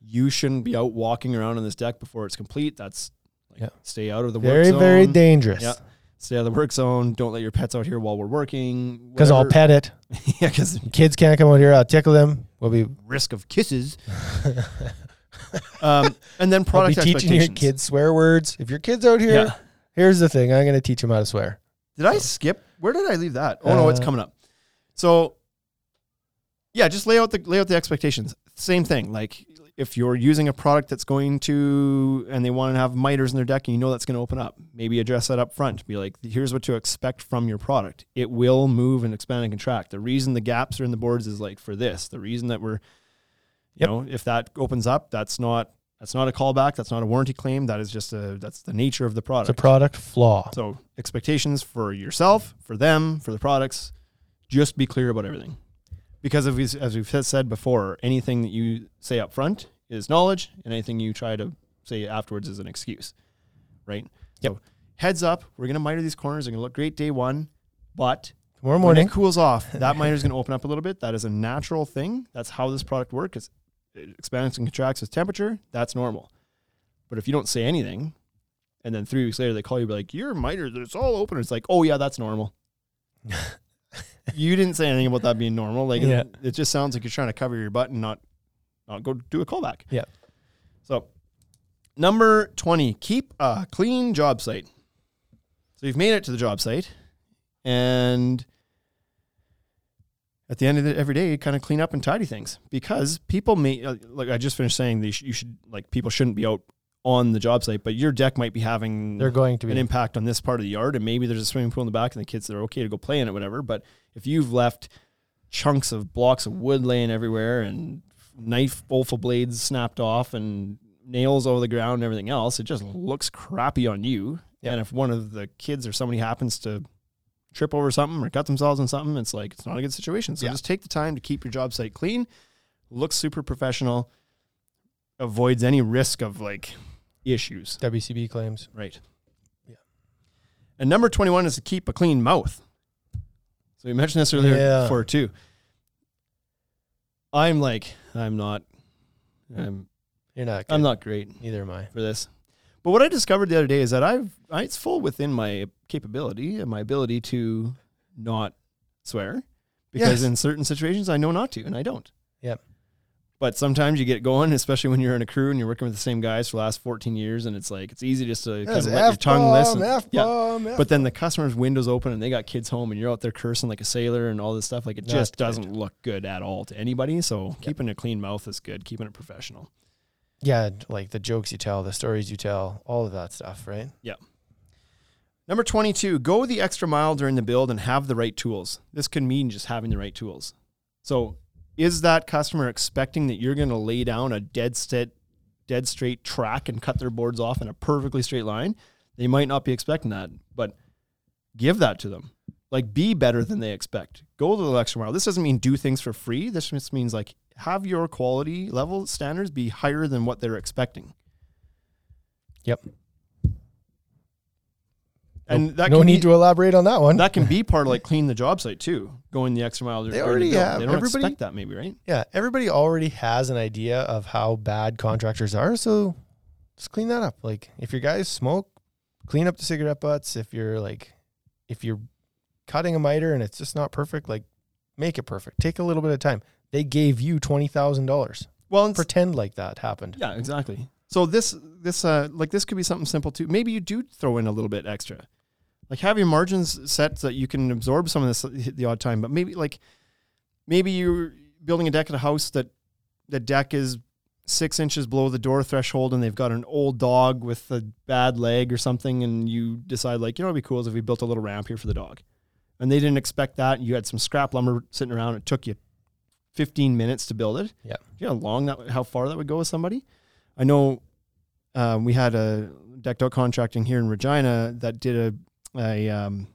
Speaker 3: You shouldn't be out walking around on this deck before it's complete. That's like
Speaker 1: Yeah.
Speaker 3: stay out of the work
Speaker 1: Very
Speaker 3: zone.
Speaker 1: very dangerous.
Speaker 3: Yeah. Stay out of the work zone. Don't let your pets out here while we're working.
Speaker 1: Because I'll
Speaker 3: whatever.
Speaker 1: pet it.
Speaker 3: yeah, because
Speaker 1: Kids can't come out here. I'll tickle them. We'll be,
Speaker 3: risk of kisses. um, and then
Speaker 1: I'll be
Speaker 3: product
Speaker 1: teaching your
Speaker 3: expectations.
Speaker 1: kids swear words. If your kid's out here,
Speaker 3: Yeah.
Speaker 1: here's the thing. I'm going to teach them how to swear.
Speaker 3: Did I skip? Where did I leave that? Oh no, it's
Speaker 1: Uh,
Speaker 3: coming up. So yeah, just lay out the lay out the expectations. Same thing. Like if you're using a product that's going to and they want to have miters in their deck and you know that's going to open up, maybe address that up front. Be like, here's what to expect from your product. It will move and expand and contract. The reason the gaps are in the boards is like for this. The reason that we're you
Speaker 1: Yep.
Speaker 3: know, if that opens up, that's not That's not a callback. That's not a warranty claim. That is just a that's the nature of the
Speaker 1: It's a
Speaker 3: product.
Speaker 1: product flaw.
Speaker 3: so expectations for yourself, for them, for the products. Just be clear about everything, because if we, as we've said before, anything that you say up front is knowledge, and anything you try to say afterwards is an excuse, right?
Speaker 1: Yep.
Speaker 3: So heads up, we're gonna miter these corners. They're gonna look great day one, but
Speaker 1: Tomorrow
Speaker 3: when
Speaker 1: morning,
Speaker 3: it cools off, that miter is going to open up a little bit. That is a natural thing. That's how this product works. It's, it expands and contracts with temperature. That's normal. But if you don't say anything, and then three weeks later they call you, be like, your miter, it's all open. It's like, oh yeah, that's normal. you didn't say anything about that being normal. Like
Speaker 1: Yeah.
Speaker 3: it, it just sounds like you're trying to cover your butt and not, not go do a callback.
Speaker 1: Yeah.
Speaker 3: So number twenty, keep a clean job site. So you've made it to the job site, and at the end of the, every day, kind of clean up and tidy things because people may uh, like I just finished saying they sh- you should like people shouldn't be out on the job site, but your deck might be having
Speaker 1: they're going to be.
Speaker 3: an impact on this part of the yard, and maybe there's a swimming pool in the back, and the kids are okay to go play in it, whatever. But if you've left chunks of blocks of wood laying everywhere, and knife both of blades snapped off, and nails over the ground, and everything else, it just looks crappy on you.
Speaker 1: Yep.
Speaker 3: And if one of the kids or somebody happens to trip over something or cut themselves on something, it's like it's not a good situation. So
Speaker 1: Yeah.
Speaker 3: just take the time to keep your job site clean, looks super professional, avoids any risk of like issues.
Speaker 1: WCB claims.
Speaker 3: Right.
Speaker 1: Yeah.
Speaker 3: And number 21 is to keep a clean mouth. So we mentioned this earlier
Speaker 1: Yeah.
Speaker 3: before too. I'm like, I'm not, I'm,
Speaker 1: You're not. Good.
Speaker 3: I'm not great
Speaker 1: Neither am I.
Speaker 3: for this. But what I discovered the other day is that I've, I, it's full within my capability and my ability to not swear because
Speaker 1: Yes.
Speaker 3: in certain situations I know not to and I don't.
Speaker 1: Yep.
Speaker 3: But sometimes you get going, especially when you're in a crew and you're working with the same guys for the last 14 years, and it's like it's easy just to kind of let your tongue listen. Yeah. But then the customer's windows open and they got kids home and you're out there cursing like a sailor and all this stuff. Like it
Speaker 1: No,
Speaker 3: just
Speaker 1: it's bad.
Speaker 3: doesn't look good at all to anybody. So keeping a clean mouth is good. Keeping it professional.
Speaker 1: yeah, like the jokes you tell, the stories you tell, all of that stuff, right?
Speaker 3: Number 22, go the extra mile during the build and have the right tools. This can mean just having the right tools. So is that customer expecting that you're going to lay down a dead set, dead straight track and cut their boards off in a perfectly straight line? They might not be expecting that, but give that to them. Like be better than they expect. Go the extra mile. This doesn't mean do things for free. This just means like have your quality level standards be higher than what they're expecting.
Speaker 1: Yep.
Speaker 3: And
Speaker 1: Nope.
Speaker 3: that
Speaker 1: no
Speaker 3: can
Speaker 1: need
Speaker 3: be-
Speaker 1: to elaborate on that one.
Speaker 3: And that can be part of like clean the job site too, going the extra mile. during the
Speaker 1: already
Speaker 3: build.
Speaker 1: have.
Speaker 3: They don't
Speaker 1: Everybody-
Speaker 3: expect that, maybe, right?
Speaker 1: yeah, everybody already has an idea of how bad contractors are, so just clean that up. Like if your guys smoke, clean up the cigarette butts. If you're like if you're cutting a miter and it's just not perfect, like make it perfect. Take a little bit of time. They gave you twenty thousand dollars.
Speaker 3: Well, and
Speaker 1: Pretend like that happened.
Speaker 3: yeah, exactly. So this, this, uh, like this could be something simple too. Maybe you do throw in a little bit extra, like have your margins set so that you can absorb some of this at the odd time. But maybe like, maybe you're building a deck at a house that the deck is six inches below the door threshold, and they've got an old dog with a bad leg or something, and you decide like, you know, it'd be cool is if we built a little ramp here for the dog. and they didn't expect that. You had some scrap lumber sitting around. It took you 15 minutes to build it.
Speaker 1: Yeah.
Speaker 3: You know how long that, how far that would go with somebody? I know um, we had a decked out contracting here in Regina that did a, a um,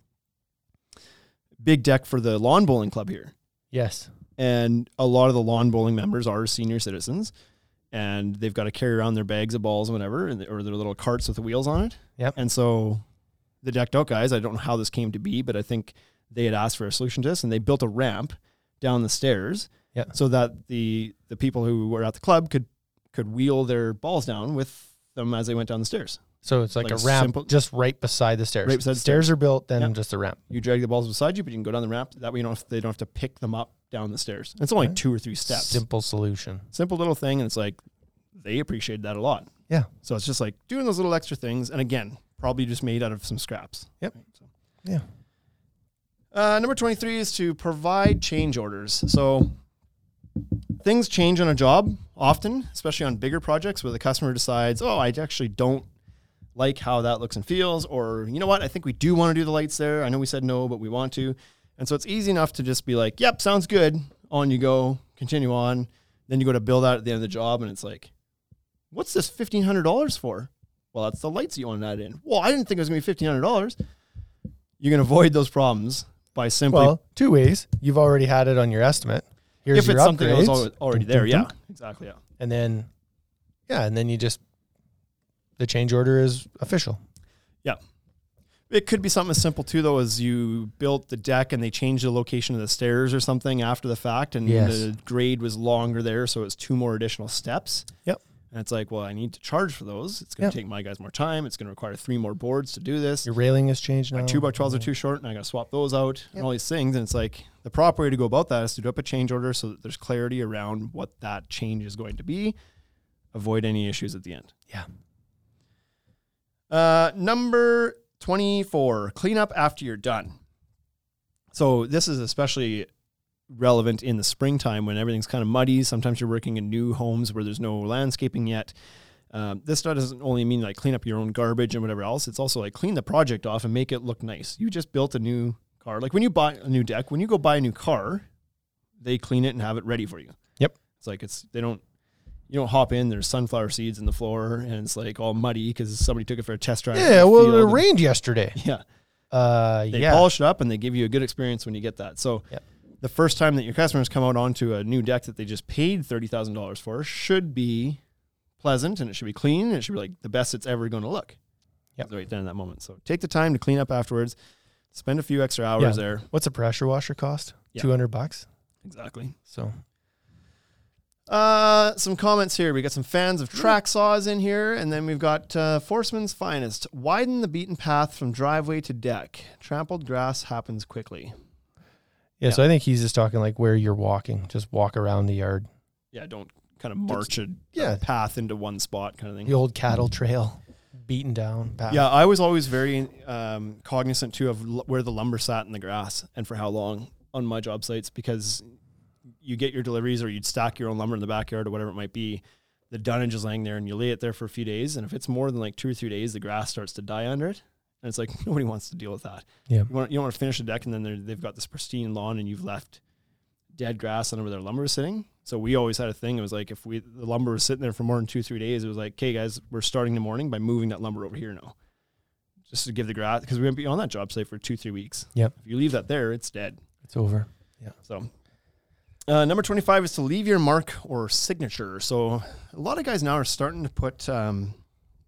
Speaker 3: big deck for the lawn bowling club here
Speaker 1: Yes.
Speaker 3: and a lot of the lawn bowling members are senior citizens and they've got to carry around their bags of balls and whatever and, or their little carts with the wheels on it
Speaker 1: Yep.
Speaker 3: and so the decked out guys i don't know how this came to be but i think they had asked for a solution to this and they built a ramp down the stairs
Speaker 1: Yep.
Speaker 3: so that the the people who were at the club could could wheel their balls down with them as they went down the stairs
Speaker 1: So it's like,
Speaker 3: Like
Speaker 1: a ramp
Speaker 3: simple-
Speaker 1: just right beside the stairs.
Speaker 3: Right beside the
Speaker 1: stairs are built, then
Speaker 3: Yeah.
Speaker 1: just a ramp.
Speaker 3: you drag the balls beside you but you can go down the ramp that way you don't have, they don't have to pick them up down the stairs it's only
Speaker 1: Right.
Speaker 3: two or three steps
Speaker 1: Simple solution.
Speaker 3: simple little thing and it's like they appreciated that a lot
Speaker 1: Yeah.
Speaker 3: so it's just like doing those little extra things and again probably just made out of some scraps
Speaker 1: Yep.
Speaker 3: Right, so.
Speaker 1: Yeah.
Speaker 3: uh, number 23 is to provide change orders so things change on a job often especially on bigger projects where the customer decides oh i actually don't like how that looks and feels or you know what i think we do want to do the lights there i know we said no but we want to and so it's easy enough to just be like yep sounds good on you go continue on then you go to build out at the end of the job and it's like What's this fifteen hundred dollars for? Well, that's the lights you want to add in. Well, I didn't think it was gonna be fifteen hundred dollars. You can avoid those problems by simply
Speaker 1: Well, two ways. You've already had it on your estimate. Here's
Speaker 3: if
Speaker 1: your
Speaker 3: it's something that was
Speaker 1: upgrades.
Speaker 3: alwa- already
Speaker 1: Dunk,
Speaker 3: there.
Speaker 1: dunk,
Speaker 3: Yeah,
Speaker 1: dunk.
Speaker 3: exactly. Yeah.
Speaker 1: And then, yeah, and then you just, the change order is official.
Speaker 3: Yeah. It could be something as simple too, though, as you built the deck and they changed the location of the stairs or something after the fact, and
Speaker 1: Yes.
Speaker 3: the grade was longer there, so it's two more additional steps.
Speaker 1: Yep.
Speaker 3: And it's like, well, I need to charge for those. It's going
Speaker 1: Yep.
Speaker 3: to take my guys more time. It's going to require three more boards to do this.
Speaker 1: Your railing has changed now.
Speaker 3: My two by twelves are too short, and I got to swap those out and all these things. And it's like the proper way to go about that is to do up a change order so that there's clarity around what that change is going to be. Avoid any issues at the end.
Speaker 1: Yeah.
Speaker 3: Uh, number 24, clean up after you're done. So this is especially relevant in the springtime when everything's kind of muddy. Sometimes you're working in new homes where there's no landscaping yet. Um, this doesn't only mean like clean up your own garbage and whatever else. It's also like clean the project off and make it look nice. You just built a new car. Like when you buy a new deck, when you go buy a new car, they clean it and have it ready for you.
Speaker 1: Yep.
Speaker 3: It's like it's they don't you don't hop in. There's sunflower seeds in the floor and it's like all muddy because somebody took it for a test drive. in
Speaker 1: Yeah,
Speaker 3: the
Speaker 1: well,
Speaker 3: field
Speaker 1: it
Speaker 3: and-
Speaker 1: rained yesterday.
Speaker 3: Yeah,
Speaker 1: Uh,
Speaker 3: they
Speaker 1: yeah.
Speaker 3: polish it up and they give you a good experience when you get that. So
Speaker 1: Yep.
Speaker 3: the first time that your customers come out onto a new deck that they just paid thirty thousand dollars for should be pleasant and it should be clean and it should be like the best it's ever going to look.
Speaker 1: Yep.
Speaker 3: right then in that moment. So take the time to clean up afterwards. Spend a few extra hours
Speaker 1: Yeah.
Speaker 3: there.
Speaker 1: What's a pressure washer cost?
Speaker 3: Yeah.
Speaker 1: Two hundred bucks.
Speaker 3: Exactly.
Speaker 1: So
Speaker 3: Uh, some comments here. We got some fans
Speaker 1: Hmm.
Speaker 3: of track saws in here, and then we've got uh, Forceman's Finest. Widen the beaten path from driveway to deck. Trampled grass happens quickly.
Speaker 1: yeah, so I think he's just talking like where you're walking. Just walk around the yard.
Speaker 3: Yeah, don't kind of march a, a
Speaker 1: yeah.
Speaker 3: path into one spot kind of thing.
Speaker 1: The old cattle trail, beaten down. Path.
Speaker 3: Mm-hmm. Yeah, I was always very um, cognizant too of l- where the lumber sat in the grass and for how long on my job sites because you get your deliveries or you'd stack your own lumber in the backyard or whatever it might be. The dunnage is laying there and you lay it there for a few days. And if it's more than like two or three days, the grass starts to die under it. And it's like nobody wants to deal with that.
Speaker 1: Yeah.
Speaker 3: You, want, you don't want to finish the deck and then they're- they've got this pristine lawn and you've left dead grass under where their lumber is sitting. So we always had a thing. It was like if we the lumber was sitting there for more than two three days, it was like, okay, guys, we're starting the morning by moving that lumber over here now, just to give the grass because we're gonna be on that job site for two three weeks.
Speaker 1: Yep.
Speaker 3: If you leave that there, it's dead.
Speaker 1: It's over.
Speaker 3: So, uh, number 25 is to leave your mark or signature. So, a lot of guys now are starting to put um,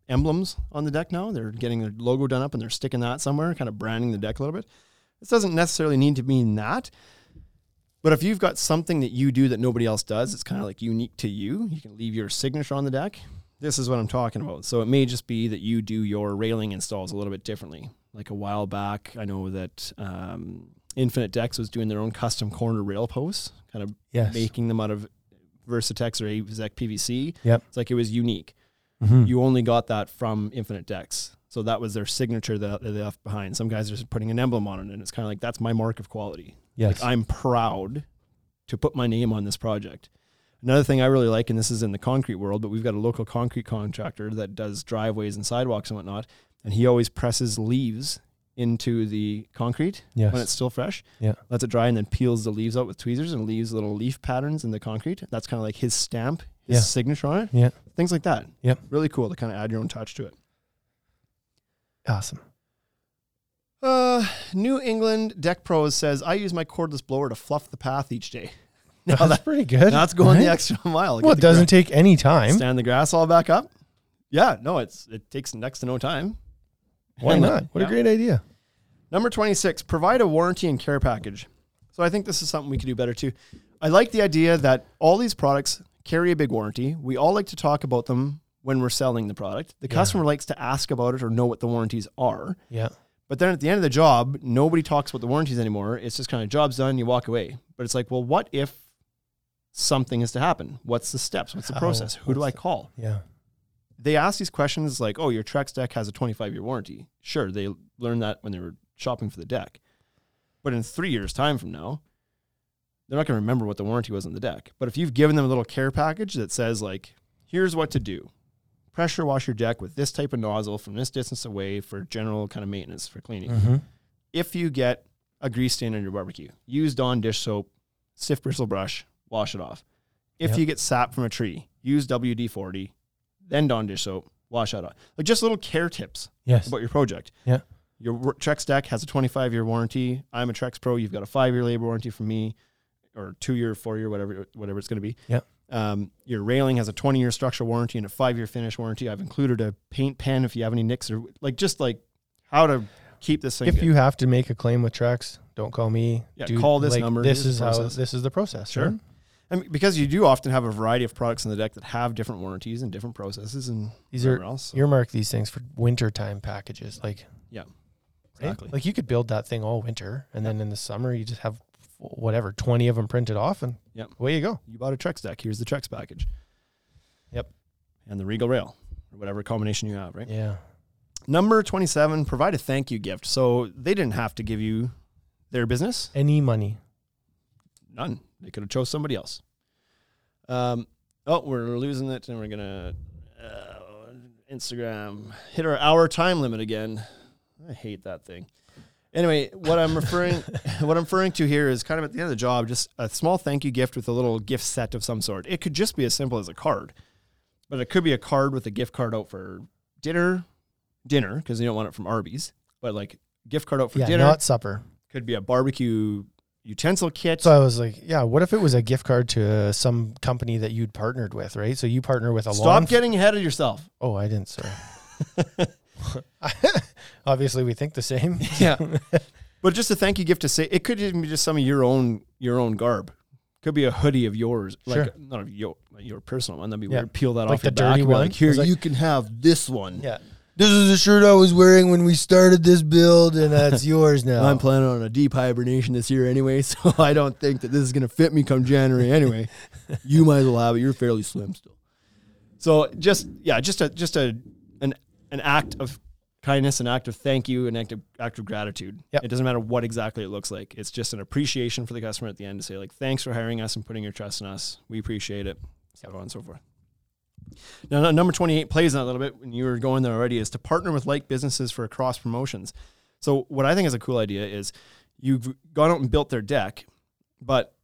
Speaker 3: emblems on the deck now. They're getting their logo done up and they're sticking that somewhere, kind of branding the deck a little bit. This doesn't necessarily need to mean that. But if you've got something that you do that nobody else does, it's kind of like unique to you. You can leave your signature on the deck. This is what I'm talking about. So it may just be that you do your railing installs a little bit differently. Like a while back, I know that um, Infinite Decks was doing their own custom corner rail posts, kind of
Speaker 1: Yes.
Speaker 3: making them out of Versatex or Avzec PVC.
Speaker 1: Yep.
Speaker 3: It's like it was unique.
Speaker 1: Mhm.
Speaker 3: You only got that from Infinite Decks. So that was their signature that they left behind. Some guys are just putting an emblem on it, and it's kind of like that's my mark of quality.
Speaker 1: Yes.
Speaker 3: I'm proud to put my name on this project. Another thing I really like, and this is in the concrete world, but we've got a local concrete contractor that does driveways and sidewalks and whatnot, and he always presses leaves into the concrete
Speaker 1: Yes.
Speaker 3: when it's still fresh.
Speaker 1: Yeah.
Speaker 3: Lets it dry and then peels the leaves out with tweezers and leaves little leaf patterns in the concrete. That's kind of like his stamp, his
Speaker 1: Yeah.
Speaker 3: signature on it.
Speaker 1: Yeah.
Speaker 3: Things like that.
Speaker 1: Yep.
Speaker 3: Really cool to kind of add your own touch to it.
Speaker 1: Awesome.
Speaker 3: Uh, New England Deck Pros says, I use my cordless blower to fluff the path each day. Now
Speaker 1: That's
Speaker 3: that-
Speaker 1: pretty good.
Speaker 3: That's going the
Speaker 1: right?
Speaker 3: extra mile. Get
Speaker 1: Well, it
Speaker 3: the
Speaker 1: doesn't
Speaker 3: gra-
Speaker 1: take any time.
Speaker 3: stand the grass all back up? Yeah, no, it's it takes next to no time.
Speaker 1: Why not? What
Speaker 3: Yeah.
Speaker 1: a great idea.
Speaker 3: Number 26, provide a warranty and care package. So I think this is something we could do better too. I like the idea that all these products carry a big warranty. We all like to talk about them when we're selling the product. The customer likes to ask about it or know what the warranties are.
Speaker 1: Yeah.
Speaker 3: But then at the end of the job, nobody talks about the warranties anymore. It's just kind of job's done, you walk away. But it's like, well, what if something is to happen? What's the steps? What's the
Speaker 1: How?
Speaker 3: process? Who do I
Speaker 1: What's
Speaker 3: call?
Speaker 1: Yeah.
Speaker 3: They ask these questions like, oh, your Trex deck has a 25 year warranty. Sure, they learned that when they were shopping for the deck. But in three years' time from now, they're not going to remember what the warranty was on the deck. But if you've given them a little care package that says, like, here's what to do pressure wash your deck with this type of nozzle from this distance away for general kind of maintenance for cleaning
Speaker 1: Mm-hmm.
Speaker 3: if you get a grease stain on your barbecue, use Dawn dish soap, stiff bristle brush, wash it off. If
Speaker 1: Yep.
Speaker 3: you get sap from a tree, use WD 40, then Dawn dish soap, wash out. Like just little care tips
Speaker 1: Yes.
Speaker 3: about your project.
Speaker 1: yeah.
Speaker 3: Your wor- Trex deck has a 25 year warranty. I'm a Trex Pro. You've got a five year labor warranty from me, or two year, four year, whatever, whatever it's going to be.
Speaker 1: Yeah.
Speaker 3: Um, your railing has a 20 year structural warranty and a five year finish warranty. I've included a paint pen if you have any nicks or like just like how to keep this thing.
Speaker 1: If
Speaker 3: good.
Speaker 1: you have to make a claim with Trex, don't call me.
Speaker 3: Yeah, call this number.
Speaker 1: This
Speaker 3: Here's the
Speaker 1: is how.
Speaker 3: process.
Speaker 1: This is the process.
Speaker 3: Sure.
Speaker 1: right?
Speaker 3: I mean, because you do often have a variety of products in the deck that have different warranties and different processes and
Speaker 1: These
Speaker 3: whatever
Speaker 1: are
Speaker 3: else. so-
Speaker 1: earmark these things for wintertime packages. Like
Speaker 3: yeah,
Speaker 1: right?
Speaker 3: exactly.
Speaker 1: Like you could build that thing all winter, and then in the summer you just have whatever twenty of them printed off, and
Speaker 3: Yep.
Speaker 1: away you go.
Speaker 3: you bought a Trex deck. Here's the Trex package.
Speaker 1: Yep.
Speaker 3: And the Regal Rail or whatever combination you have, right?
Speaker 1: Yeah.
Speaker 3: Number 27, provide a thank you gift. So they didn't have to give you their business.
Speaker 1: Any money.
Speaker 3: None. They could have chose somebody else. Um, oh, we're losing it and we're going to uh, Instagram hit our hour time limit again. I hate that thing. Anyway, what I'm referring what I'm referring to here is kind of at the end of the job, just a small thank you gift with a little gift set of some sort. It could just be as simple as a card, but it could be a card with a gift card out for dinner, dinner because you don't want it from Arby's, but like gift card out for
Speaker 1: yeah.
Speaker 3: dinner
Speaker 1: Not supper.
Speaker 3: could be a barbecue utensil kit.
Speaker 1: So I was like, yeah. What if it was a gift card to uh, some company that you'd partnered with, right? So you partner with a lawn.
Speaker 3: Stop getting ahead of yourself.
Speaker 1: oh, I didn't. Sorry. Obviously, we think the same.
Speaker 3: Yeah. but just a thank you gift to say it could even be just some of your own your own garb. Could be a hoodie of yours, like
Speaker 1: Sure.
Speaker 3: not of your your personal one. That'd be
Speaker 1: Yeah.
Speaker 3: weird. Peel that
Speaker 1: Like
Speaker 3: off your
Speaker 1: the
Speaker 3: back.
Speaker 1: dirty
Speaker 3: and be
Speaker 1: one?
Speaker 3: Like, Here,
Speaker 1: It's like-
Speaker 3: you can have this one.
Speaker 1: Yeah. This is the shirt I was wearing when we started this build, and that's yours now.
Speaker 3: I'm planning on a deep hibernation this year anyway, so I don't think that this is going to fit me come January anyway. you might as well have it. You're fairly slim still. So just yeah, just a just a an an act of kindness, an act of thank you, an act of act of gratitude.
Speaker 1: Yep.
Speaker 3: It doesn't matter what exactly it looks like. It's just an appreciation for the customer at the end to say like, thanks for hiring us and putting your trust in us. We appreciate it. So on and so forth. Now, no- number 28 plays on a little bit when you were going there already is to partner with like businesses for cross promotions. So, what I think is a cool idea is you've gone out and built their deck, but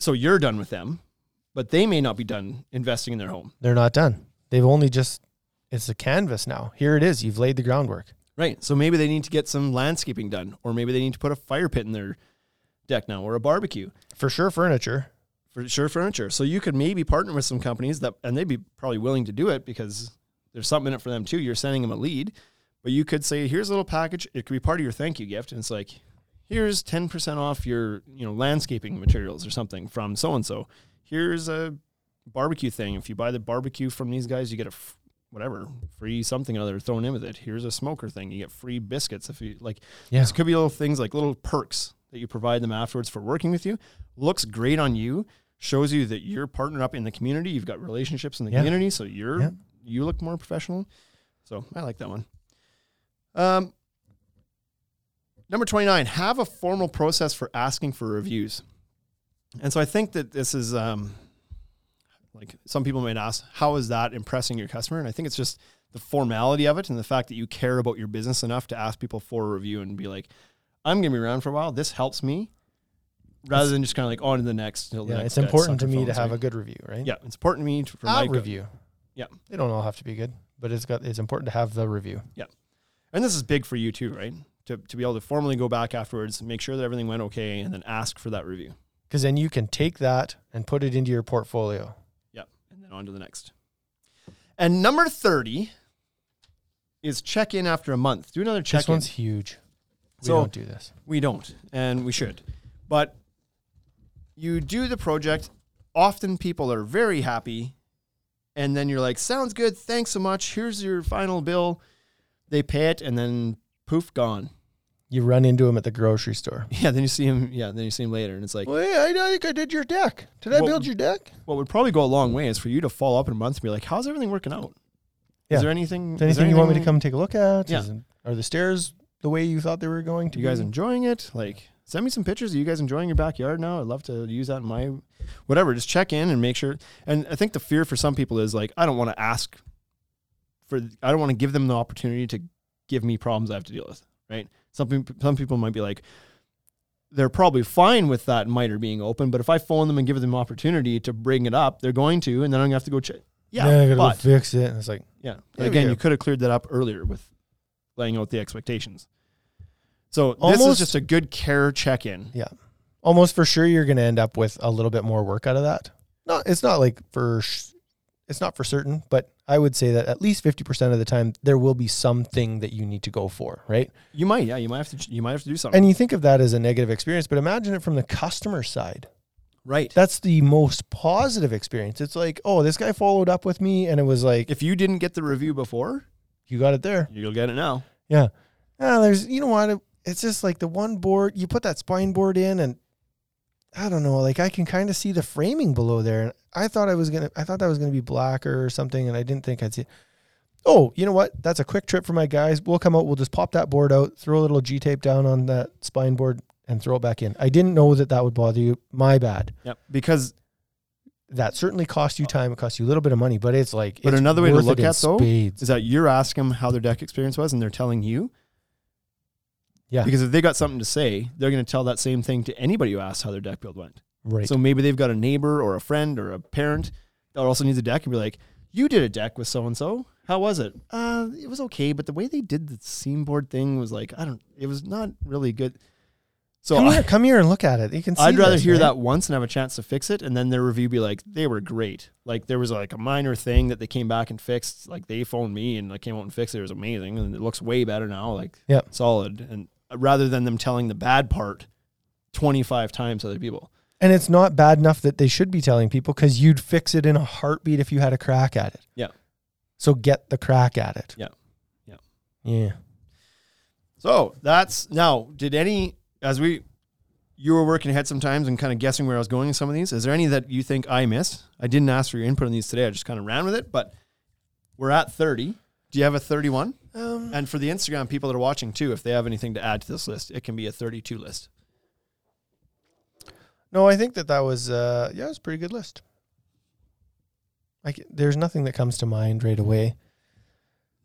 Speaker 3: so you're done with them, but they may not be done investing in their home.
Speaker 1: They're not done. They've only just, it's a canvas now. Here it is. You've laid the groundwork.
Speaker 3: Right. So, maybe they need to get some landscaping done, or maybe they need to put a fire pit in their deck now, or a barbecue.
Speaker 1: For sure, furniture.
Speaker 3: for sure furniture. So you could maybe partner with some companies that, and they'd be probably willing to do it because there's something in it for them too. You're sending them a lead, but you could say, here's a little package. It could be part of your thank you gift, and it's like, here's ten percent off your you know landscaping materials or something from so and so. Here's a barbecue thing. If you buy the barbecue from these guys, you get a f- whatever free something or other thrown in with it. Here's a smoker thing. You get free biscuits if you like.
Speaker 1: Yeah.
Speaker 3: This could be little things like little perks that you provide them afterwards for working with you. Looks great on you, shows you that you're partnered up in the community. You've got relationships in the
Speaker 1: Yeah.
Speaker 3: community, so you're
Speaker 1: Yeah.
Speaker 3: you look more professional. So I like that one. Um, number twenty nine. Have a formal process for asking for reviews. And so I think that this is um, like some people might ask, how is that impressing your customer? And I think it's just the formality of it and the fact that you care about your business enough to ask people for a review and be like, I'm going to be around for a while. This helps me rather than just kind of like on to the next. till the
Speaker 1: Yeah,
Speaker 3: next
Speaker 1: it's
Speaker 3: guy
Speaker 1: important to
Speaker 3: sucker
Speaker 1: me to
Speaker 3: phones,
Speaker 1: have
Speaker 3: right?
Speaker 1: a good review, right?
Speaker 3: yeah, it's important to me to, for
Speaker 1: A
Speaker 3: my good.
Speaker 1: review.
Speaker 3: Yeah.
Speaker 1: They don't all have to be good, but it's got, it's important to have the review.
Speaker 3: And this is big for you too, right? To, to be able to formally go back afterwards, make sure that everything went okay, and then ask for that review.
Speaker 1: Because then you can take that and put it into your portfolio.
Speaker 3: Yeah. And then on to the next. And number 30 is check in after a month. Do another check
Speaker 1: this
Speaker 3: in.
Speaker 1: one's huge. We
Speaker 3: So-
Speaker 1: don't do this.
Speaker 3: We don't, and we should. But you do the project. Often people are very happy. And then you're like, sounds good. Thanks so much. Here's your final bill. They pay it, and then poof, gone.
Speaker 1: You run into them at the grocery store.
Speaker 3: Yeah, then you see him. Yeah, then you see him later, and it's like,
Speaker 1: Well, yeah, I, I think I did your deck. Did
Speaker 3: Well- build
Speaker 1: your deck?
Speaker 3: what would probably go a long way is for you to follow up in a month and be like, how's everything working out?
Speaker 1: Yeah.
Speaker 3: Is there anything?
Speaker 1: Is there anything you want me to come take a look at?
Speaker 3: Yeah.
Speaker 1: Is it- are the stairs the way you thought they were going to
Speaker 3: You guys
Speaker 1: be?
Speaker 3: enjoying it? Like, send me some pictures. Are you guys enjoying your backyard now? I'd love to use that in my whatever. Just check in and make sure. And I think the fear for some people is like, I don't want to ask for, I don't want to give them the opportunity to give me problems I have to deal with. Right. Some, peop- some people might be like, they're probably fine with that miter being open, but if I phone them and give them opportunity to bring it up, they're going to, and then I'm gonna have to go check. Yeah,
Speaker 1: Man, I gotta
Speaker 3: but
Speaker 1: go fix it. And it's like,
Speaker 3: yeah.
Speaker 1: There we
Speaker 3: again,
Speaker 1: go.
Speaker 3: you could have cleared that up earlier with laying out the expectations. So this is
Speaker 1: Almost-
Speaker 3: just a good care check-in.
Speaker 1: yeah, almost for sure you're gonna end up with a little bit more work out of that. Not, it's not like for, sh- it's not for certain, but I would say that at least fifty percent of the time there will be something that you need to go for, right?
Speaker 3: You might, yeah, you might have to, you might have to do something.
Speaker 1: And you think of that as a negative experience, but imagine it from the customer side.
Speaker 3: right.
Speaker 1: That's the most positive experience. It's like, oh, this guy followed up with me, and it was like,
Speaker 3: if you didn't get the review before,
Speaker 1: you got it there.
Speaker 3: you'll get it now.
Speaker 1: Yeah. Ah, there's, you know what? It's just like the one board, you put that spine board in, and I don't know, like I can kind of see the framing below there. And I thought I was going to, I thought that was going to be blacker or something, and I didn't think I'd see it. Oh, you know what? That's a quick trip for my guys. We'll come out, we'll just pop that board out, throw a little G tape down on that spine board, and throw it back in. I didn't know that that would bother you. My bad.
Speaker 3: Yep. Because
Speaker 1: That certainly cost you time. It cost you a little bit of money, but it's like,
Speaker 3: Uh, But
Speaker 1: it's
Speaker 3: another way to
Speaker 1: worth it
Speaker 3: look
Speaker 1: in
Speaker 3: at, though,
Speaker 1: spades.
Speaker 3: is that you're asking them how their deck experience was, and they're telling you.
Speaker 1: Yeah.
Speaker 3: Because if they got something to say, they're going to tell that same thing to anybody who asks how their deck build went.
Speaker 1: right.
Speaker 3: So maybe they've got a neighbor or a friend or a parent that also needs a deck and be like, you did a deck with so and so. How was it? Uh, it was okay, but the way they did the seam board thing was like, I don't, it was not really good. So
Speaker 1: come,
Speaker 3: I,
Speaker 1: here, come here and look at it. You can see
Speaker 3: I'd rather
Speaker 1: this,
Speaker 3: hear
Speaker 1: right?
Speaker 3: that once and have a chance to fix it, and then their review be like, they were great. Like there was like a minor thing that they came back and fixed. Like they phoned me and I came out and fixed it. It was amazing, and it looks way better now. Like
Speaker 1: Yep.
Speaker 3: solid. And uh, rather than them telling the bad part twenty five times to other people,
Speaker 1: And it's not bad enough that they should be telling people because you'd fix it in a heartbeat if you had a crack at it.
Speaker 3: yeah.
Speaker 1: So get the crack at it.
Speaker 3: Yeah. Yeah.
Speaker 1: Yeah.
Speaker 3: So that's now. Did any as we you were working ahead sometimes and kind of guessing where I was going in some of these? Is there any that you think I missed? I didn't ask for your input on these today. I just kind of ran with it. But we're at thirty. Do you have a thirty-one?
Speaker 1: Um,
Speaker 3: And for the Instagram people that are watching too, if they have anything to add to this list, it can be a thirty-two list.
Speaker 1: no, I think that that was, uh, yeah, it was a pretty good list. Like, there's nothing that comes to mind right away.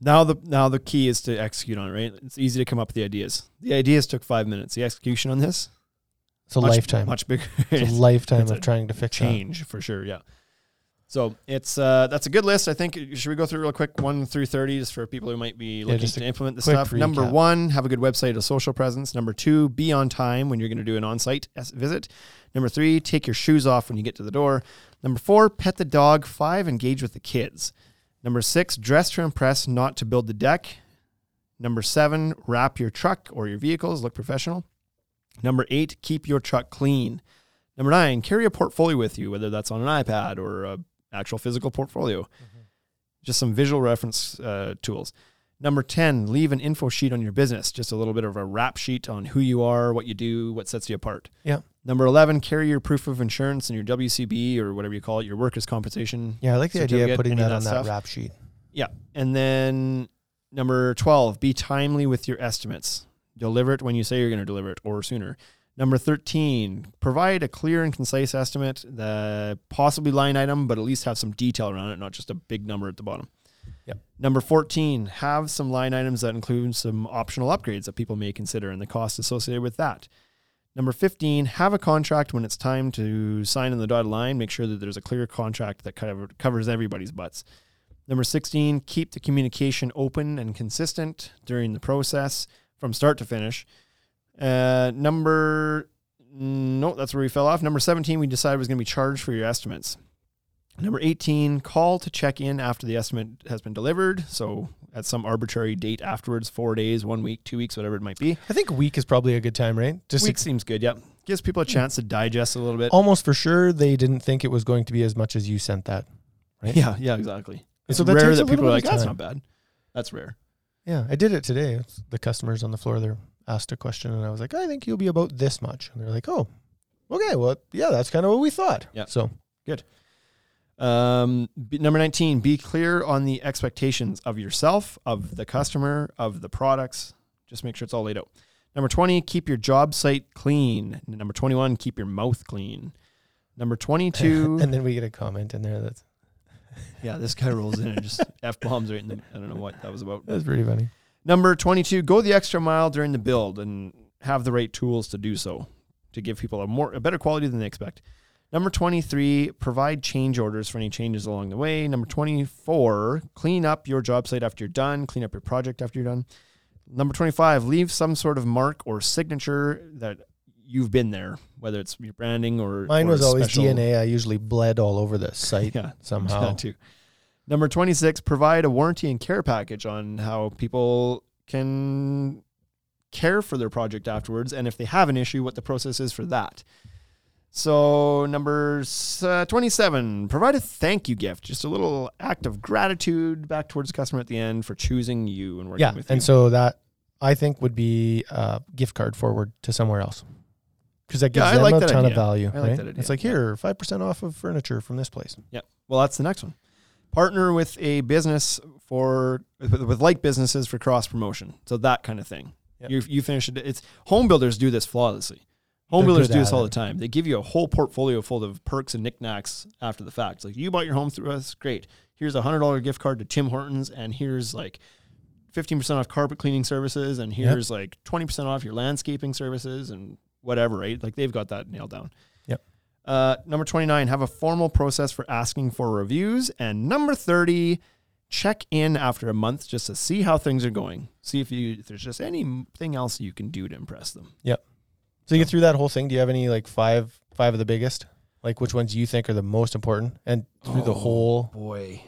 Speaker 3: Now the now the key is to execute on it. Right? It's easy to come up with the ideas. The ideas took five minutes. The execution on this
Speaker 1: It's a
Speaker 3: much,
Speaker 1: lifetime.
Speaker 3: much bigger.
Speaker 1: it's a lifetime
Speaker 3: it's
Speaker 1: of
Speaker 3: a
Speaker 1: trying to fix that.
Speaker 3: change for sure. Yeah. So it's uh, that's a good list. I think should we go through real quick one through thirty just for people who might be looking
Speaker 1: just a
Speaker 3: to implement this
Speaker 1: quick
Speaker 3: stuff. Number
Speaker 1: recap.
Speaker 3: one, have a good website, a social presence. Number two, be on time when you're going to do an on-site s- visit. Number three, take your shoes off when you get to the door. Number four, pet the dog. Five, engage with the kids. Number six, dress to impress, not to build the deck. Number seven, wrap your truck or your vehicles, look professional. Number eight, keep your truck clean. Number nine, carry a portfolio with you, whether that's on an iPad or a actual physical portfolio. Just some visual reference uh, tools. Number 10, leave an info sheet on your business, just a little bit of a wrap sheet on who you are, what you do, what sets you apart.
Speaker 1: Yeah.
Speaker 3: Number 11, carry your proof of insurance and your WCB or whatever you call it, your workers' compensation.
Speaker 1: Yeah. I like the idea
Speaker 3: certificate,
Speaker 1: of putting
Speaker 3: any of
Speaker 1: that on
Speaker 3: that
Speaker 1: that
Speaker 3: stuff.
Speaker 1: wrap sheet.
Speaker 3: Yeah. And then number 12, be timely with your estimates. Deliver it when you say you're going to deliver it or sooner. Number 13, provide a clear and concise estimate, the possibly line item, but at least have some detail around it, not just a big number at the bottom.
Speaker 1: Yep.
Speaker 3: Number 14, have some line items that include some optional upgrades that people may consider and the cost associated with that. Number 15, have a contract when it's time to sign in the dotted line. Make sure that there's a clear contract that cover, covers everybody's butts. Number 16, keep the communication open and consistent during the process from start to finish. Uh, number, no, that's where we fell off. Number 17, we decided was going to be charged for your estimates. Number 18, call to check in after the estimate has been delivered. So at some arbitrary date afterwards, four days, one week, two weeks, whatever it might be.
Speaker 1: I think week is probably a Oh, good time, right? Just
Speaker 3: Week seems good. Yep. Gives people a chance to digest a little bit.
Speaker 1: almost for sure they didn't think it was going to be as much as you sent that. Right?
Speaker 3: Yeah, yeah, exactly. It's
Speaker 1: So that
Speaker 3: rare
Speaker 1: takes
Speaker 3: that
Speaker 1: a little
Speaker 3: people
Speaker 1: bit
Speaker 3: are
Speaker 1: of
Speaker 3: like, that's
Speaker 1: time."
Speaker 3: not bad. That's rare.
Speaker 1: Yeah, I did it today. It's- The customers on the floor there asked a question, and I was like, "I think you'll be about this much," and they're like, "Oh, okay, well, yeah, that's kind of what we thought."
Speaker 3: Yeah.
Speaker 1: So
Speaker 3: Um, b- number 19, be clear on the expectations of yourself, of the customer, of the products. Just make sure it's all laid out. Number 20, keep your job site clean. Number 21, keep your mouth clean. Number 22,
Speaker 1: and then we get a comment in there that's
Speaker 3: yeah, this guy rolls in and just F bombs right in the, I don't know what that was about.
Speaker 1: that's pretty funny.
Speaker 3: Number 22, go the extra mile during the build and have the right tools to do so to give people a more a better quality than they expect. Number 23, provide change orders for any changes along the way. Number 24, clean up your job site after you're done, clean up your project after you're done. Number 25, leave some sort of mark or signature that you've been there, whether it's your branding or
Speaker 1: Mine
Speaker 3: or
Speaker 1: was
Speaker 3: a
Speaker 1: always
Speaker 3: special-
Speaker 1: DNA. I usually bled all over the site
Speaker 3: Yeah,
Speaker 1: somehow.
Speaker 3: too. Number 26, provide a warranty and care package on how people can care for their project afterwards and if they have an issue, what the process is for that. So, number s- uh, 27, provide a thank you gift, just a little act of gratitude back towards the customer at the end for choosing you and working
Speaker 1: Yeah,
Speaker 3: with you.
Speaker 1: and so that I think would be uh, gift card forward to somewhere else because that gives
Speaker 3: Yeah, I
Speaker 1: them
Speaker 3: like
Speaker 1: a
Speaker 3: that
Speaker 1: ton of
Speaker 3: idea.
Speaker 1: value.
Speaker 3: I like
Speaker 1: right?
Speaker 3: that idea,
Speaker 1: It's like
Speaker 3: yeah.
Speaker 1: here, five percent off of furniture from this place.
Speaker 3: Yeah. Well, that's the next one. Partner with a business for with, with like businesses for cross promotion. So that kind of thing.
Speaker 1: Yeah.
Speaker 3: You you finish it. It's home builders do this flawlessly. Home
Speaker 1: They're
Speaker 3: builders
Speaker 1: good
Speaker 3: do this
Speaker 1: at
Speaker 3: all
Speaker 1: it.
Speaker 3: the time. They give you a whole portfolio full of perks and knickknacks after the fact. Like you bought your home through us, great. Here's a hundred dollar gift card to Tim Hortons, and here's like fifteen percent off carpet cleaning services, and here's like twenty percent off your landscaping services and whatever. Right? Like they've got that nailed down. Uh, number 29, have a formal process for asking for reviews. And number 30, check in after a month just to see how things are going. See if you if there's just anything else you can do to impress them.
Speaker 1: So you get through that whole thing. Do you have any like five five of the biggest? Like which ones you think are the most important? And through the whole
Speaker 3: Boy.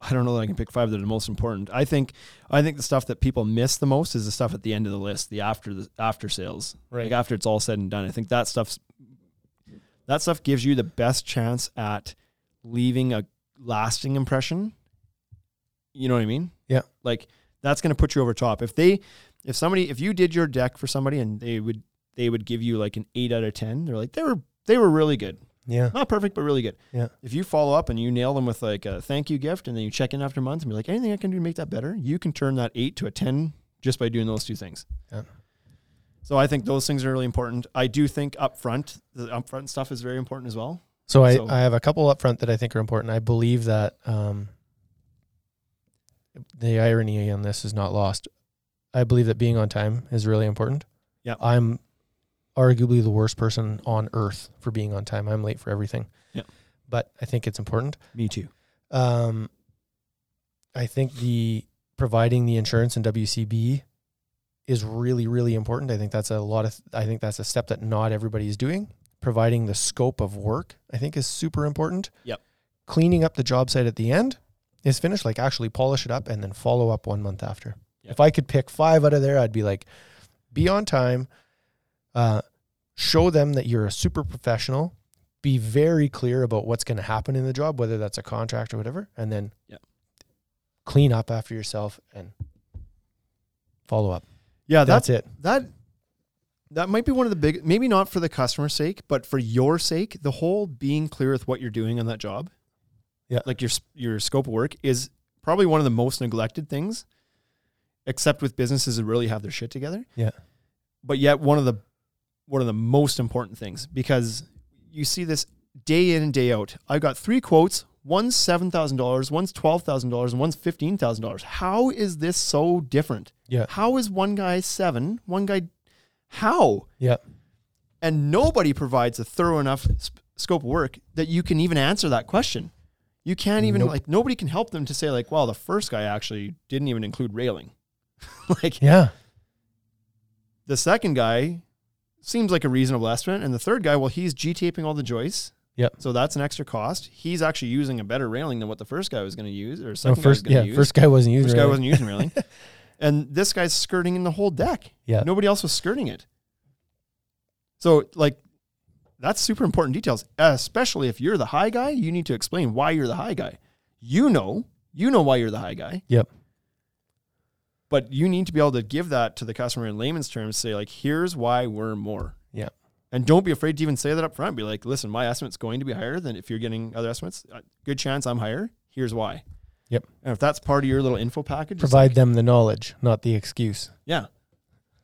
Speaker 3: I don't know that I can pick five that are the most important. I think I think the stuff that people miss the most is the stuff at the end of the list, the after the after sales.
Speaker 1: Right.
Speaker 3: Like after it's all said and done. I think that stuff's that stuff gives you the best chance at leaving a lasting impression. You know what I mean?
Speaker 1: Yeah.
Speaker 3: Like that's going to put you over top. If they, if somebody, if you did your deck for somebody and they would, they would give you like an eight out of 10, they're like, they were, they were really good.
Speaker 1: yeah
Speaker 3: Not perfect, but really good.
Speaker 1: yeah
Speaker 3: If you follow up and you nail them with like a thank you gift and then you check in after a month and be like, anything I can do to make that better, you can turn that eight to a 10 just by doing those two things.
Speaker 1: Yeah.
Speaker 3: So I think those things are really important. I do think upfront, the upfront stuff is very important as well.
Speaker 1: So I,
Speaker 3: So-
Speaker 1: I have a couple up front that I think are important. I believe that um, the irony on this is not lost. I believe that being on time is really important.
Speaker 3: Yeah.
Speaker 1: I'm arguably the worst person on earth for being on time. I'm late for everything.
Speaker 3: Yeah.
Speaker 1: But I think it's important.
Speaker 3: Me too.
Speaker 1: Um, I think the providing the insurance and WCB is really, really important. I think that's a lot of, I think that's a step that not everybody is doing. Providing the scope of work, I think, is super important.
Speaker 3: Yep.
Speaker 1: Cleaning up the job site at the end is finished, like actually polish it up and then follow up one month after.
Speaker 3: Yep.
Speaker 1: If I could pick five out of there, I'd be like, be on time, uh, show them that you're a super professional, be very clear about what's going to happen in the job, whether that's a contract or whatever, and then
Speaker 3: Yep.
Speaker 1: clean up after yourself and follow up.
Speaker 3: Yeah.
Speaker 1: that's
Speaker 3: That's,
Speaker 1: it.
Speaker 3: that that might be one of the big maybe not for the customer's sake but for your sake the whole being clear with what you're doing on that job
Speaker 1: Yeah.
Speaker 3: like your s- your scope of work is probably one of the most neglected things except with businesses that really have their shit together
Speaker 1: Yeah.
Speaker 3: but yet one of the one of the most important things because you see this day in and day out i've got three quotes one's $7000 one's $12000 and one's $15000 how is this so different
Speaker 1: Yeah.
Speaker 3: how is one guy seven? One guy, how?
Speaker 1: Yeah.
Speaker 3: And nobody provides a thorough enough sp- scope of work that you can even answer that question. You can't even
Speaker 1: Nope.
Speaker 3: like nobody can help them to say like, well, the first guy actually didn't even include railing. like
Speaker 1: Yeah.
Speaker 3: the second guy seems like a reasonable estimate, and the third guy, well, he's g taping all the joists.
Speaker 1: Yep.
Speaker 3: So that's an extra cost. He's actually using a better railing than what the first guy was going to use, or
Speaker 1: No,
Speaker 3: second guy was
Speaker 1: first,
Speaker 3: going
Speaker 1: yeah,
Speaker 3: to use.
Speaker 1: first guy wasn't using.
Speaker 3: This guy
Speaker 1: really.
Speaker 3: wasn't using railing. and this guy's skirting in the whole deck.
Speaker 1: Yeah.
Speaker 3: Nobody else was skirting it. So like that's super important details, especially if you're the high guy, you need to explain why you're the high guy. You know, you know why you're the high guy,
Speaker 1: Yep.
Speaker 3: but you need to be able to give that to the customer in layman's terms, say like, here's why we're more.
Speaker 1: Yeah.
Speaker 3: And don't be afraid to even say that up front. Be like, listen, my estimate's going to be higher than if you're getting other estimates. Uh, Good chance I'm higher. Here's why.
Speaker 1: Yep.
Speaker 3: And if that's part of your little info package, it's
Speaker 1: Provide them the knowledge, not the excuse.
Speaker 3: Yeah.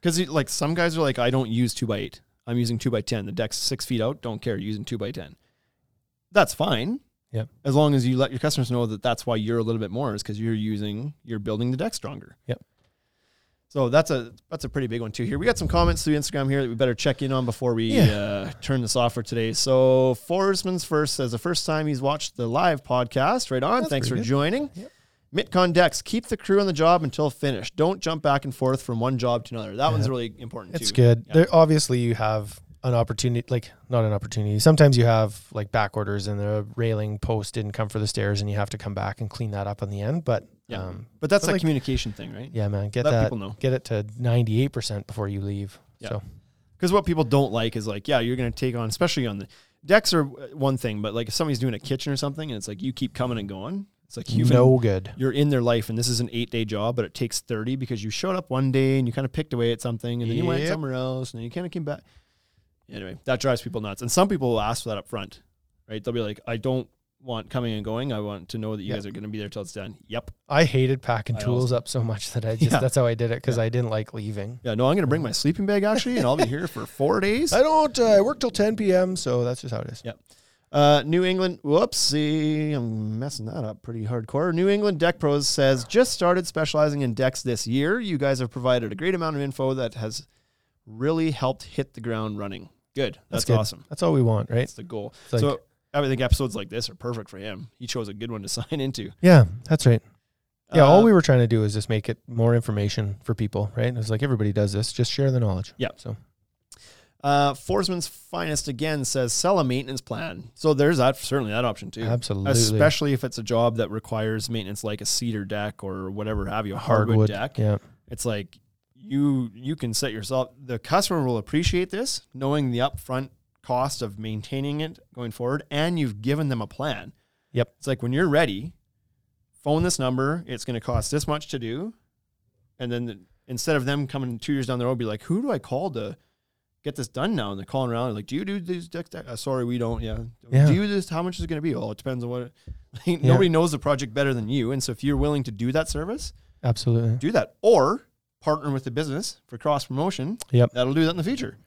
Speaker 3: Because like some guys are like, I don't use two by eight. I'm using two by ten. The deck's six feet out. Don't care. Using two by ten. That's fine.
Speaker 1: Yep.
Speaker 3: As long as you let your customers know that that's why you're a little bit more is because you're using you're building the deck stronger.
Speaker 1: Yep.
Speaker 3: So that's a that's a pretty big one too. Here we got some comments through Instagram here that we better check in on before we
Speaker 1: Yeah.
Speaker 3: uh, turn this off for today. So Forsman's first says the first time he's watched the live podcast. Right on. Thanks for
Speaker 1: pretty good.
Speaker 3: joining. Mitcon Dex, keep the crew on the job until finished. Don't jump back and forth from one job to another. That one's really important
Speaker 1: It's
Speaker 3: too.
Speaker 1: good. There, obviously, you have an opportunity, like not an opportunity. Sometimes you have like back orders and the railing post didn't come for the stairs and you have to come back and clean that up in the end. But
Speaker 3: Yeah.
Speaker 1: um,
Speaker 3: but that's
Speaker 1: but
Speaker 3: that
Speaker 1: like-
Speaker 3: communication thing, right?
Speaker 1: yeah, man, get
Speaker 3: Let
Speaker 1: that,
Speaker 3: people know.
Speaker 1: get it to 98% before you leave.
Speaker 3: Yeah.
Speaker 1: So
Speaker 3: Because what people don't like is like, yeah, you're going to take on, especially on the decks are uh, one thing, but like if somebody's doing a kitchen or something and it's like you keep coming and going, it's like human.
Speaker 1: no good.
Speaker 3: You're in their life, and this is an eight day job, but it takes 30 because you showed up one day and you kind of picked away at something and then you went
Speaker 1: Yep.
Speaker 3: somewhere else and then you kind of came back. Anyway, that drives people nuts. And some people will ask for that up front, right? They'll be like, I don't want coming and going. I want to know that you
Speaker 1: Yeah.
Speaker 3: guys are going to be there till it's done. Yep.
Speaker 1: I hated packing
Speaker 3: I
Speaker 1: tools up so much that I just,
Speaker 3: Yeah.
Speaker 1: that's how I did it because I didn't like leaving.
Speaker 3: Yeah, no, I'm going to bring my sleeping bag actually, and I'll be here for four days.
Speaker 1: I don't, uh, I work till 10 p.m. So that's just how it is.
Speaker 3: Yep. Uh, New England, whoopsie, I'm messing that up pretty hardcore. New England Deck Pros says, just started specializing in decks this year. You guys have provided a great amount of info that has really helped hit the ground running. Good. That's,
Speaker 1: good.
Speaker 3: awesome.
Speaker 1: That's all we want, right?
Speaker 3: That's the goal.
Speaker 1: like-
Speaker 3: so I would think episodes like this are perfect for him. He chose a good one to sign into.
Speaker 1: Yeah, that's right. Yeah, all
Speaker 3: Uh,
Speaker 1: we were trying to do is just make it more information for people, right? It's like everybody does this, just share the knowledge.
Speaker 3: Yeah.
Speaker 1: So
Speaker 3: Uh, Forsman's Finest again says sell a maintenance plan. So there's that certainly that option too.
Speaker 1: Absolutely.
Speaker 3: Especially if it's a job that requires maintenance like a cedar deck or whatever have you, a hardwood, deck.
Speaker 1: Yeah.
Speaker 3: It's like you you can set yourself the customer will appreciate this, knowing the upfront cost of maintaining it going forward, and you've given them a plan.
Speaker 1: Yep.
Speaker 3: It's like when you're ready, phone this number, it's gonna cost this much to do. And then the, instead of them coming two years down the road, be like, who do I call to get this done now? And they're calling around like, do you do these decks? Uh, sorry, we don't. Yeah.
Speaker 1: Yeah.
Speaker 3: Do you this? How much is it going to be? Oh, it depends on what. It, Nobody knows the project better than you. And so if you're willing to do that service,
Speaker 1: Absolutely.
Speaker 3: do that or partner with the business for cross promotion.
Speaker 1: Yep.
Speaker 3: That'll do that in the future.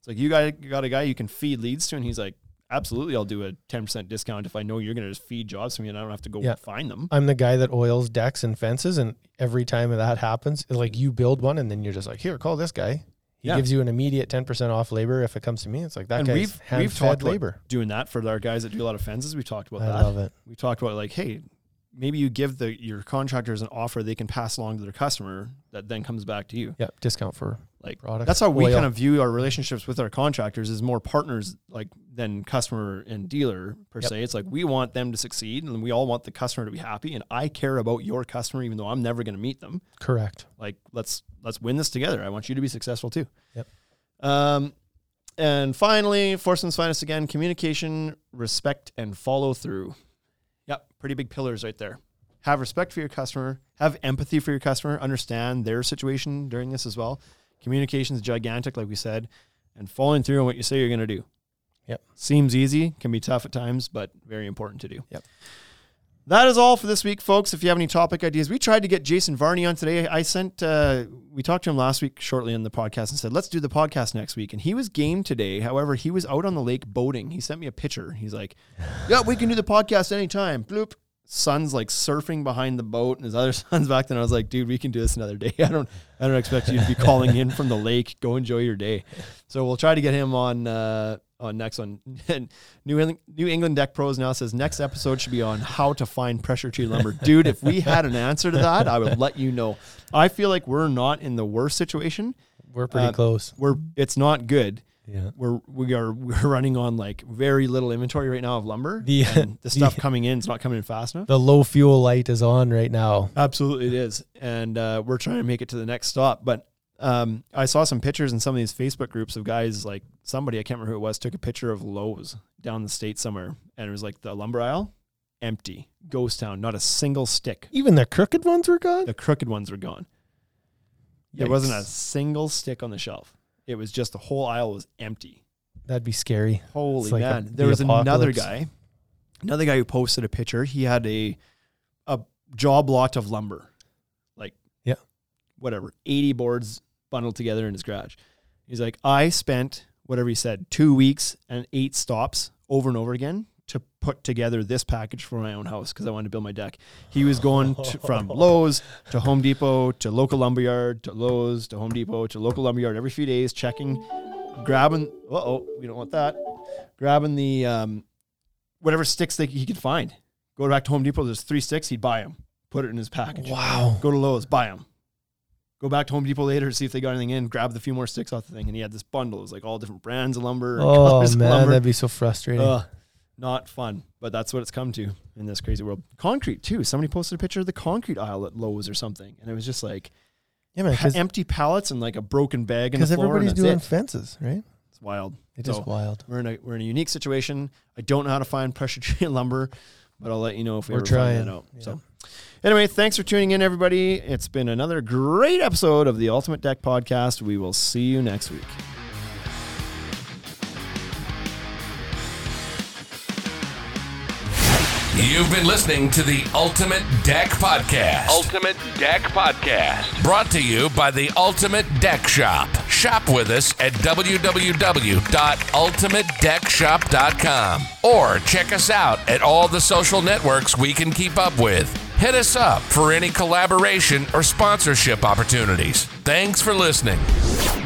Speaker 3: It's like you got you got a guy you can feed leads to, and he's like, absolutely, I'll do a ten percent discount if I know you're going to just feed jobs to me, and I don't have to go
Speaker 1: Yeah.
Speaker 3: find them.
Speaker 1: I'm the guy that oils decks and fences, and every time that happens, like you build one, and then you're just like, here, call this guy. He
Speaker 3: Yeah.
Speaker 1: gives you an immediate 10% off labor if it comes to me. It's like that
Speaker 3: And
Speaker 1: guy's
Speaker 3: we've
Speaker 1: hand
Speaker 3: we've talked about
Speaker 1: labor.
Speaker 3: doing that for our guys that do a lot of fences. We've talked about
Speaker 1: I
Speaker 3: that.
Speaker 1: love it.
Speaker 3: we talked about like, hey, maybe you give the your contractors an offer they can pass along to their customer that then comes back to you.
Speaker 1: Yep. Discount for
Speaker 3: Like
Speaker 1: Products,
Speaker 3: that's how we
Speaker 1: oil.
Speaker 3: kind of view our relationships with our contractors is more partners like than customer and dealer per
Speaker 1: Yep.
Speaker 3: se. It's like we want them to succeed and we all want the customer to be happy. And I care about your customer even though I'm never going to meet them
Speaker 1: correct.
Speaker 3: like let's let's win this together. I want you to be successful too.
Speaker 1: Yep.
Speaker 3: Um, and finally, Forsman's finest again: communication, respect, and follow through. Yep, pretty big pillars right there. Have respect for your customer. Have empathy for your customer. Understand their situation during this as well. Communication is gigantic, like we said, and following through on what you say you're going to do.
Speaker 1: Yep.
Speaker 3: Seems easy, can be tough at times, but very important to do.
Speaker 1: Yep.
Speaker 3: That is all for this week, folks. If you have any topic ideas, we tried to get Jason Varney on today. I sent, uh, we talked to him last week shortly in the podcast and said, let's do the podcast next week. And he was game today. However, he was out on the lake boating. He sent me a picture. He's like, yeah, we can do the podcast anytime. Bloop. Son's like surfing behind the boat and his other son's back then. I was like, dude, we can do this another day. I don't, I don't expect you to be calling in from the lake. Go enjoy your day. So we'll try to get him on, uh, on next one. And New England, New England Deck Pros now says next episode should be on how to find pressure tree lumber. Dude, if we had an answer to that, I would let you know. I feel like we're not in the worst situation.
Speaker 1: We're pretty
Speaker 3: Uh,
Speaker 1: close.
Speaker 3: We're it's not good.
Speaker 1: Yeah.
Speaker 3: We're we are we're running on like very little inventory right now of lumber.
Speaker 1: The-
Speaker 3: and the stuff
Speaker 1: the-
Speaker 3: coming in is not coming in fast enough.
Speaker 1: The low fuel light is on right now.
Speaker 3: Absolutely, it is, and uh, we're trying to make it to the next stop. But um, I saw some pictures in some of these Facebook groups of guys like somebody I can't remember who it was took a picture of Lowe's down the state somewhere, and it was like the lumber aisle empty, ghost town, not a single stick.
Speaker 1: Even the crooked ones were gone.
Speaker 3: The crooked ones were gone. There wasn't a single stick on the shelf. It was just the whole aisle was empty.
Speaker 1: That'd be scary.
Speaker 3: Holy
Speaker 1: It's like a-
Speaker 3: man!
Speaker 1: the
Speaker 3: there was another
Speaker 1: apocalypse.
Speaker 3: guy, another guy who posted a picture. He had a a job lot of lumber, like
Speaker 1: Yeah.
Speaker 3: whatever, eighty boards bundled together in his garage. He's like, I spent whatever he said, two weeks and eight stops over and over again to put together this package for my own house because I wanted to build my deck. He was going to, from Lowe's to Home Depot to local lumberyard to Lowe's to Home Depot to local lumberyard every few days, checking, grabbing. Uh oh, we don't want that. Grabbing the um, whatever sticks they, he could find. Go back to Home Depot. There's three sticks. He'd buy them, put it in his package.
Speaker 1: Wow.
Speaker 3: Go to Lowe's, buy them. Go back to Home Depot later, see if they got anything in. Grab the few more sticks off the thing, and he had this bundle. It was like all different brands of lumber. And
Speaker 1: Oh
Speaker 3: colors
Speaker 1: man,
Speaker 3: of lumber.
Speaker 1: that'd be so frustrating.
Speaker 3: Ugh, not fun, but that's what it's come to in this crazy world. Concrete too. Somebody posted a picture of the concrete aisle at Lowe's or something, and it was just like
Speaker 1: yeah, man,
Speaker 3: pa- empty pallets and like a broken bag in the
Speaker 1: because
Speaker 3: floor.
Speaker 1: everybody's
Speaker 3: and that's
Speaker 1: doing
Speaker 3: it.
Speaker 1: fences, right?
Speaker 3: It's wild.
Speaker 1: It is
Speaker 3: So,
Speaker 1: wild.
Speaker 3: We're in a we're in a unique situation. I don't know how to find pressure treated lumber, but I'll let you know if we
Speaker 1: We're
Speaker 3: ever find
Speaker 1: trying.
Speaker 3: that out. So. Anyway, thanks for tuning in, everybody. It's been another great episode of the Ultimate Deck Podcast. We will see you next week.
Speaker 2: You've been listening to the Ultimate Deck Podcast.
Speaker 4: Ultimate Deck Podcast.
Speaker 2: Brought to you by the Ultimate Deck Shop. Shop with us at www.ultimatedeckshop.com or check us out at all the social networks we can keep up with. Hit us up for any collaboration or sponsorship opportunities. Thanks for listening.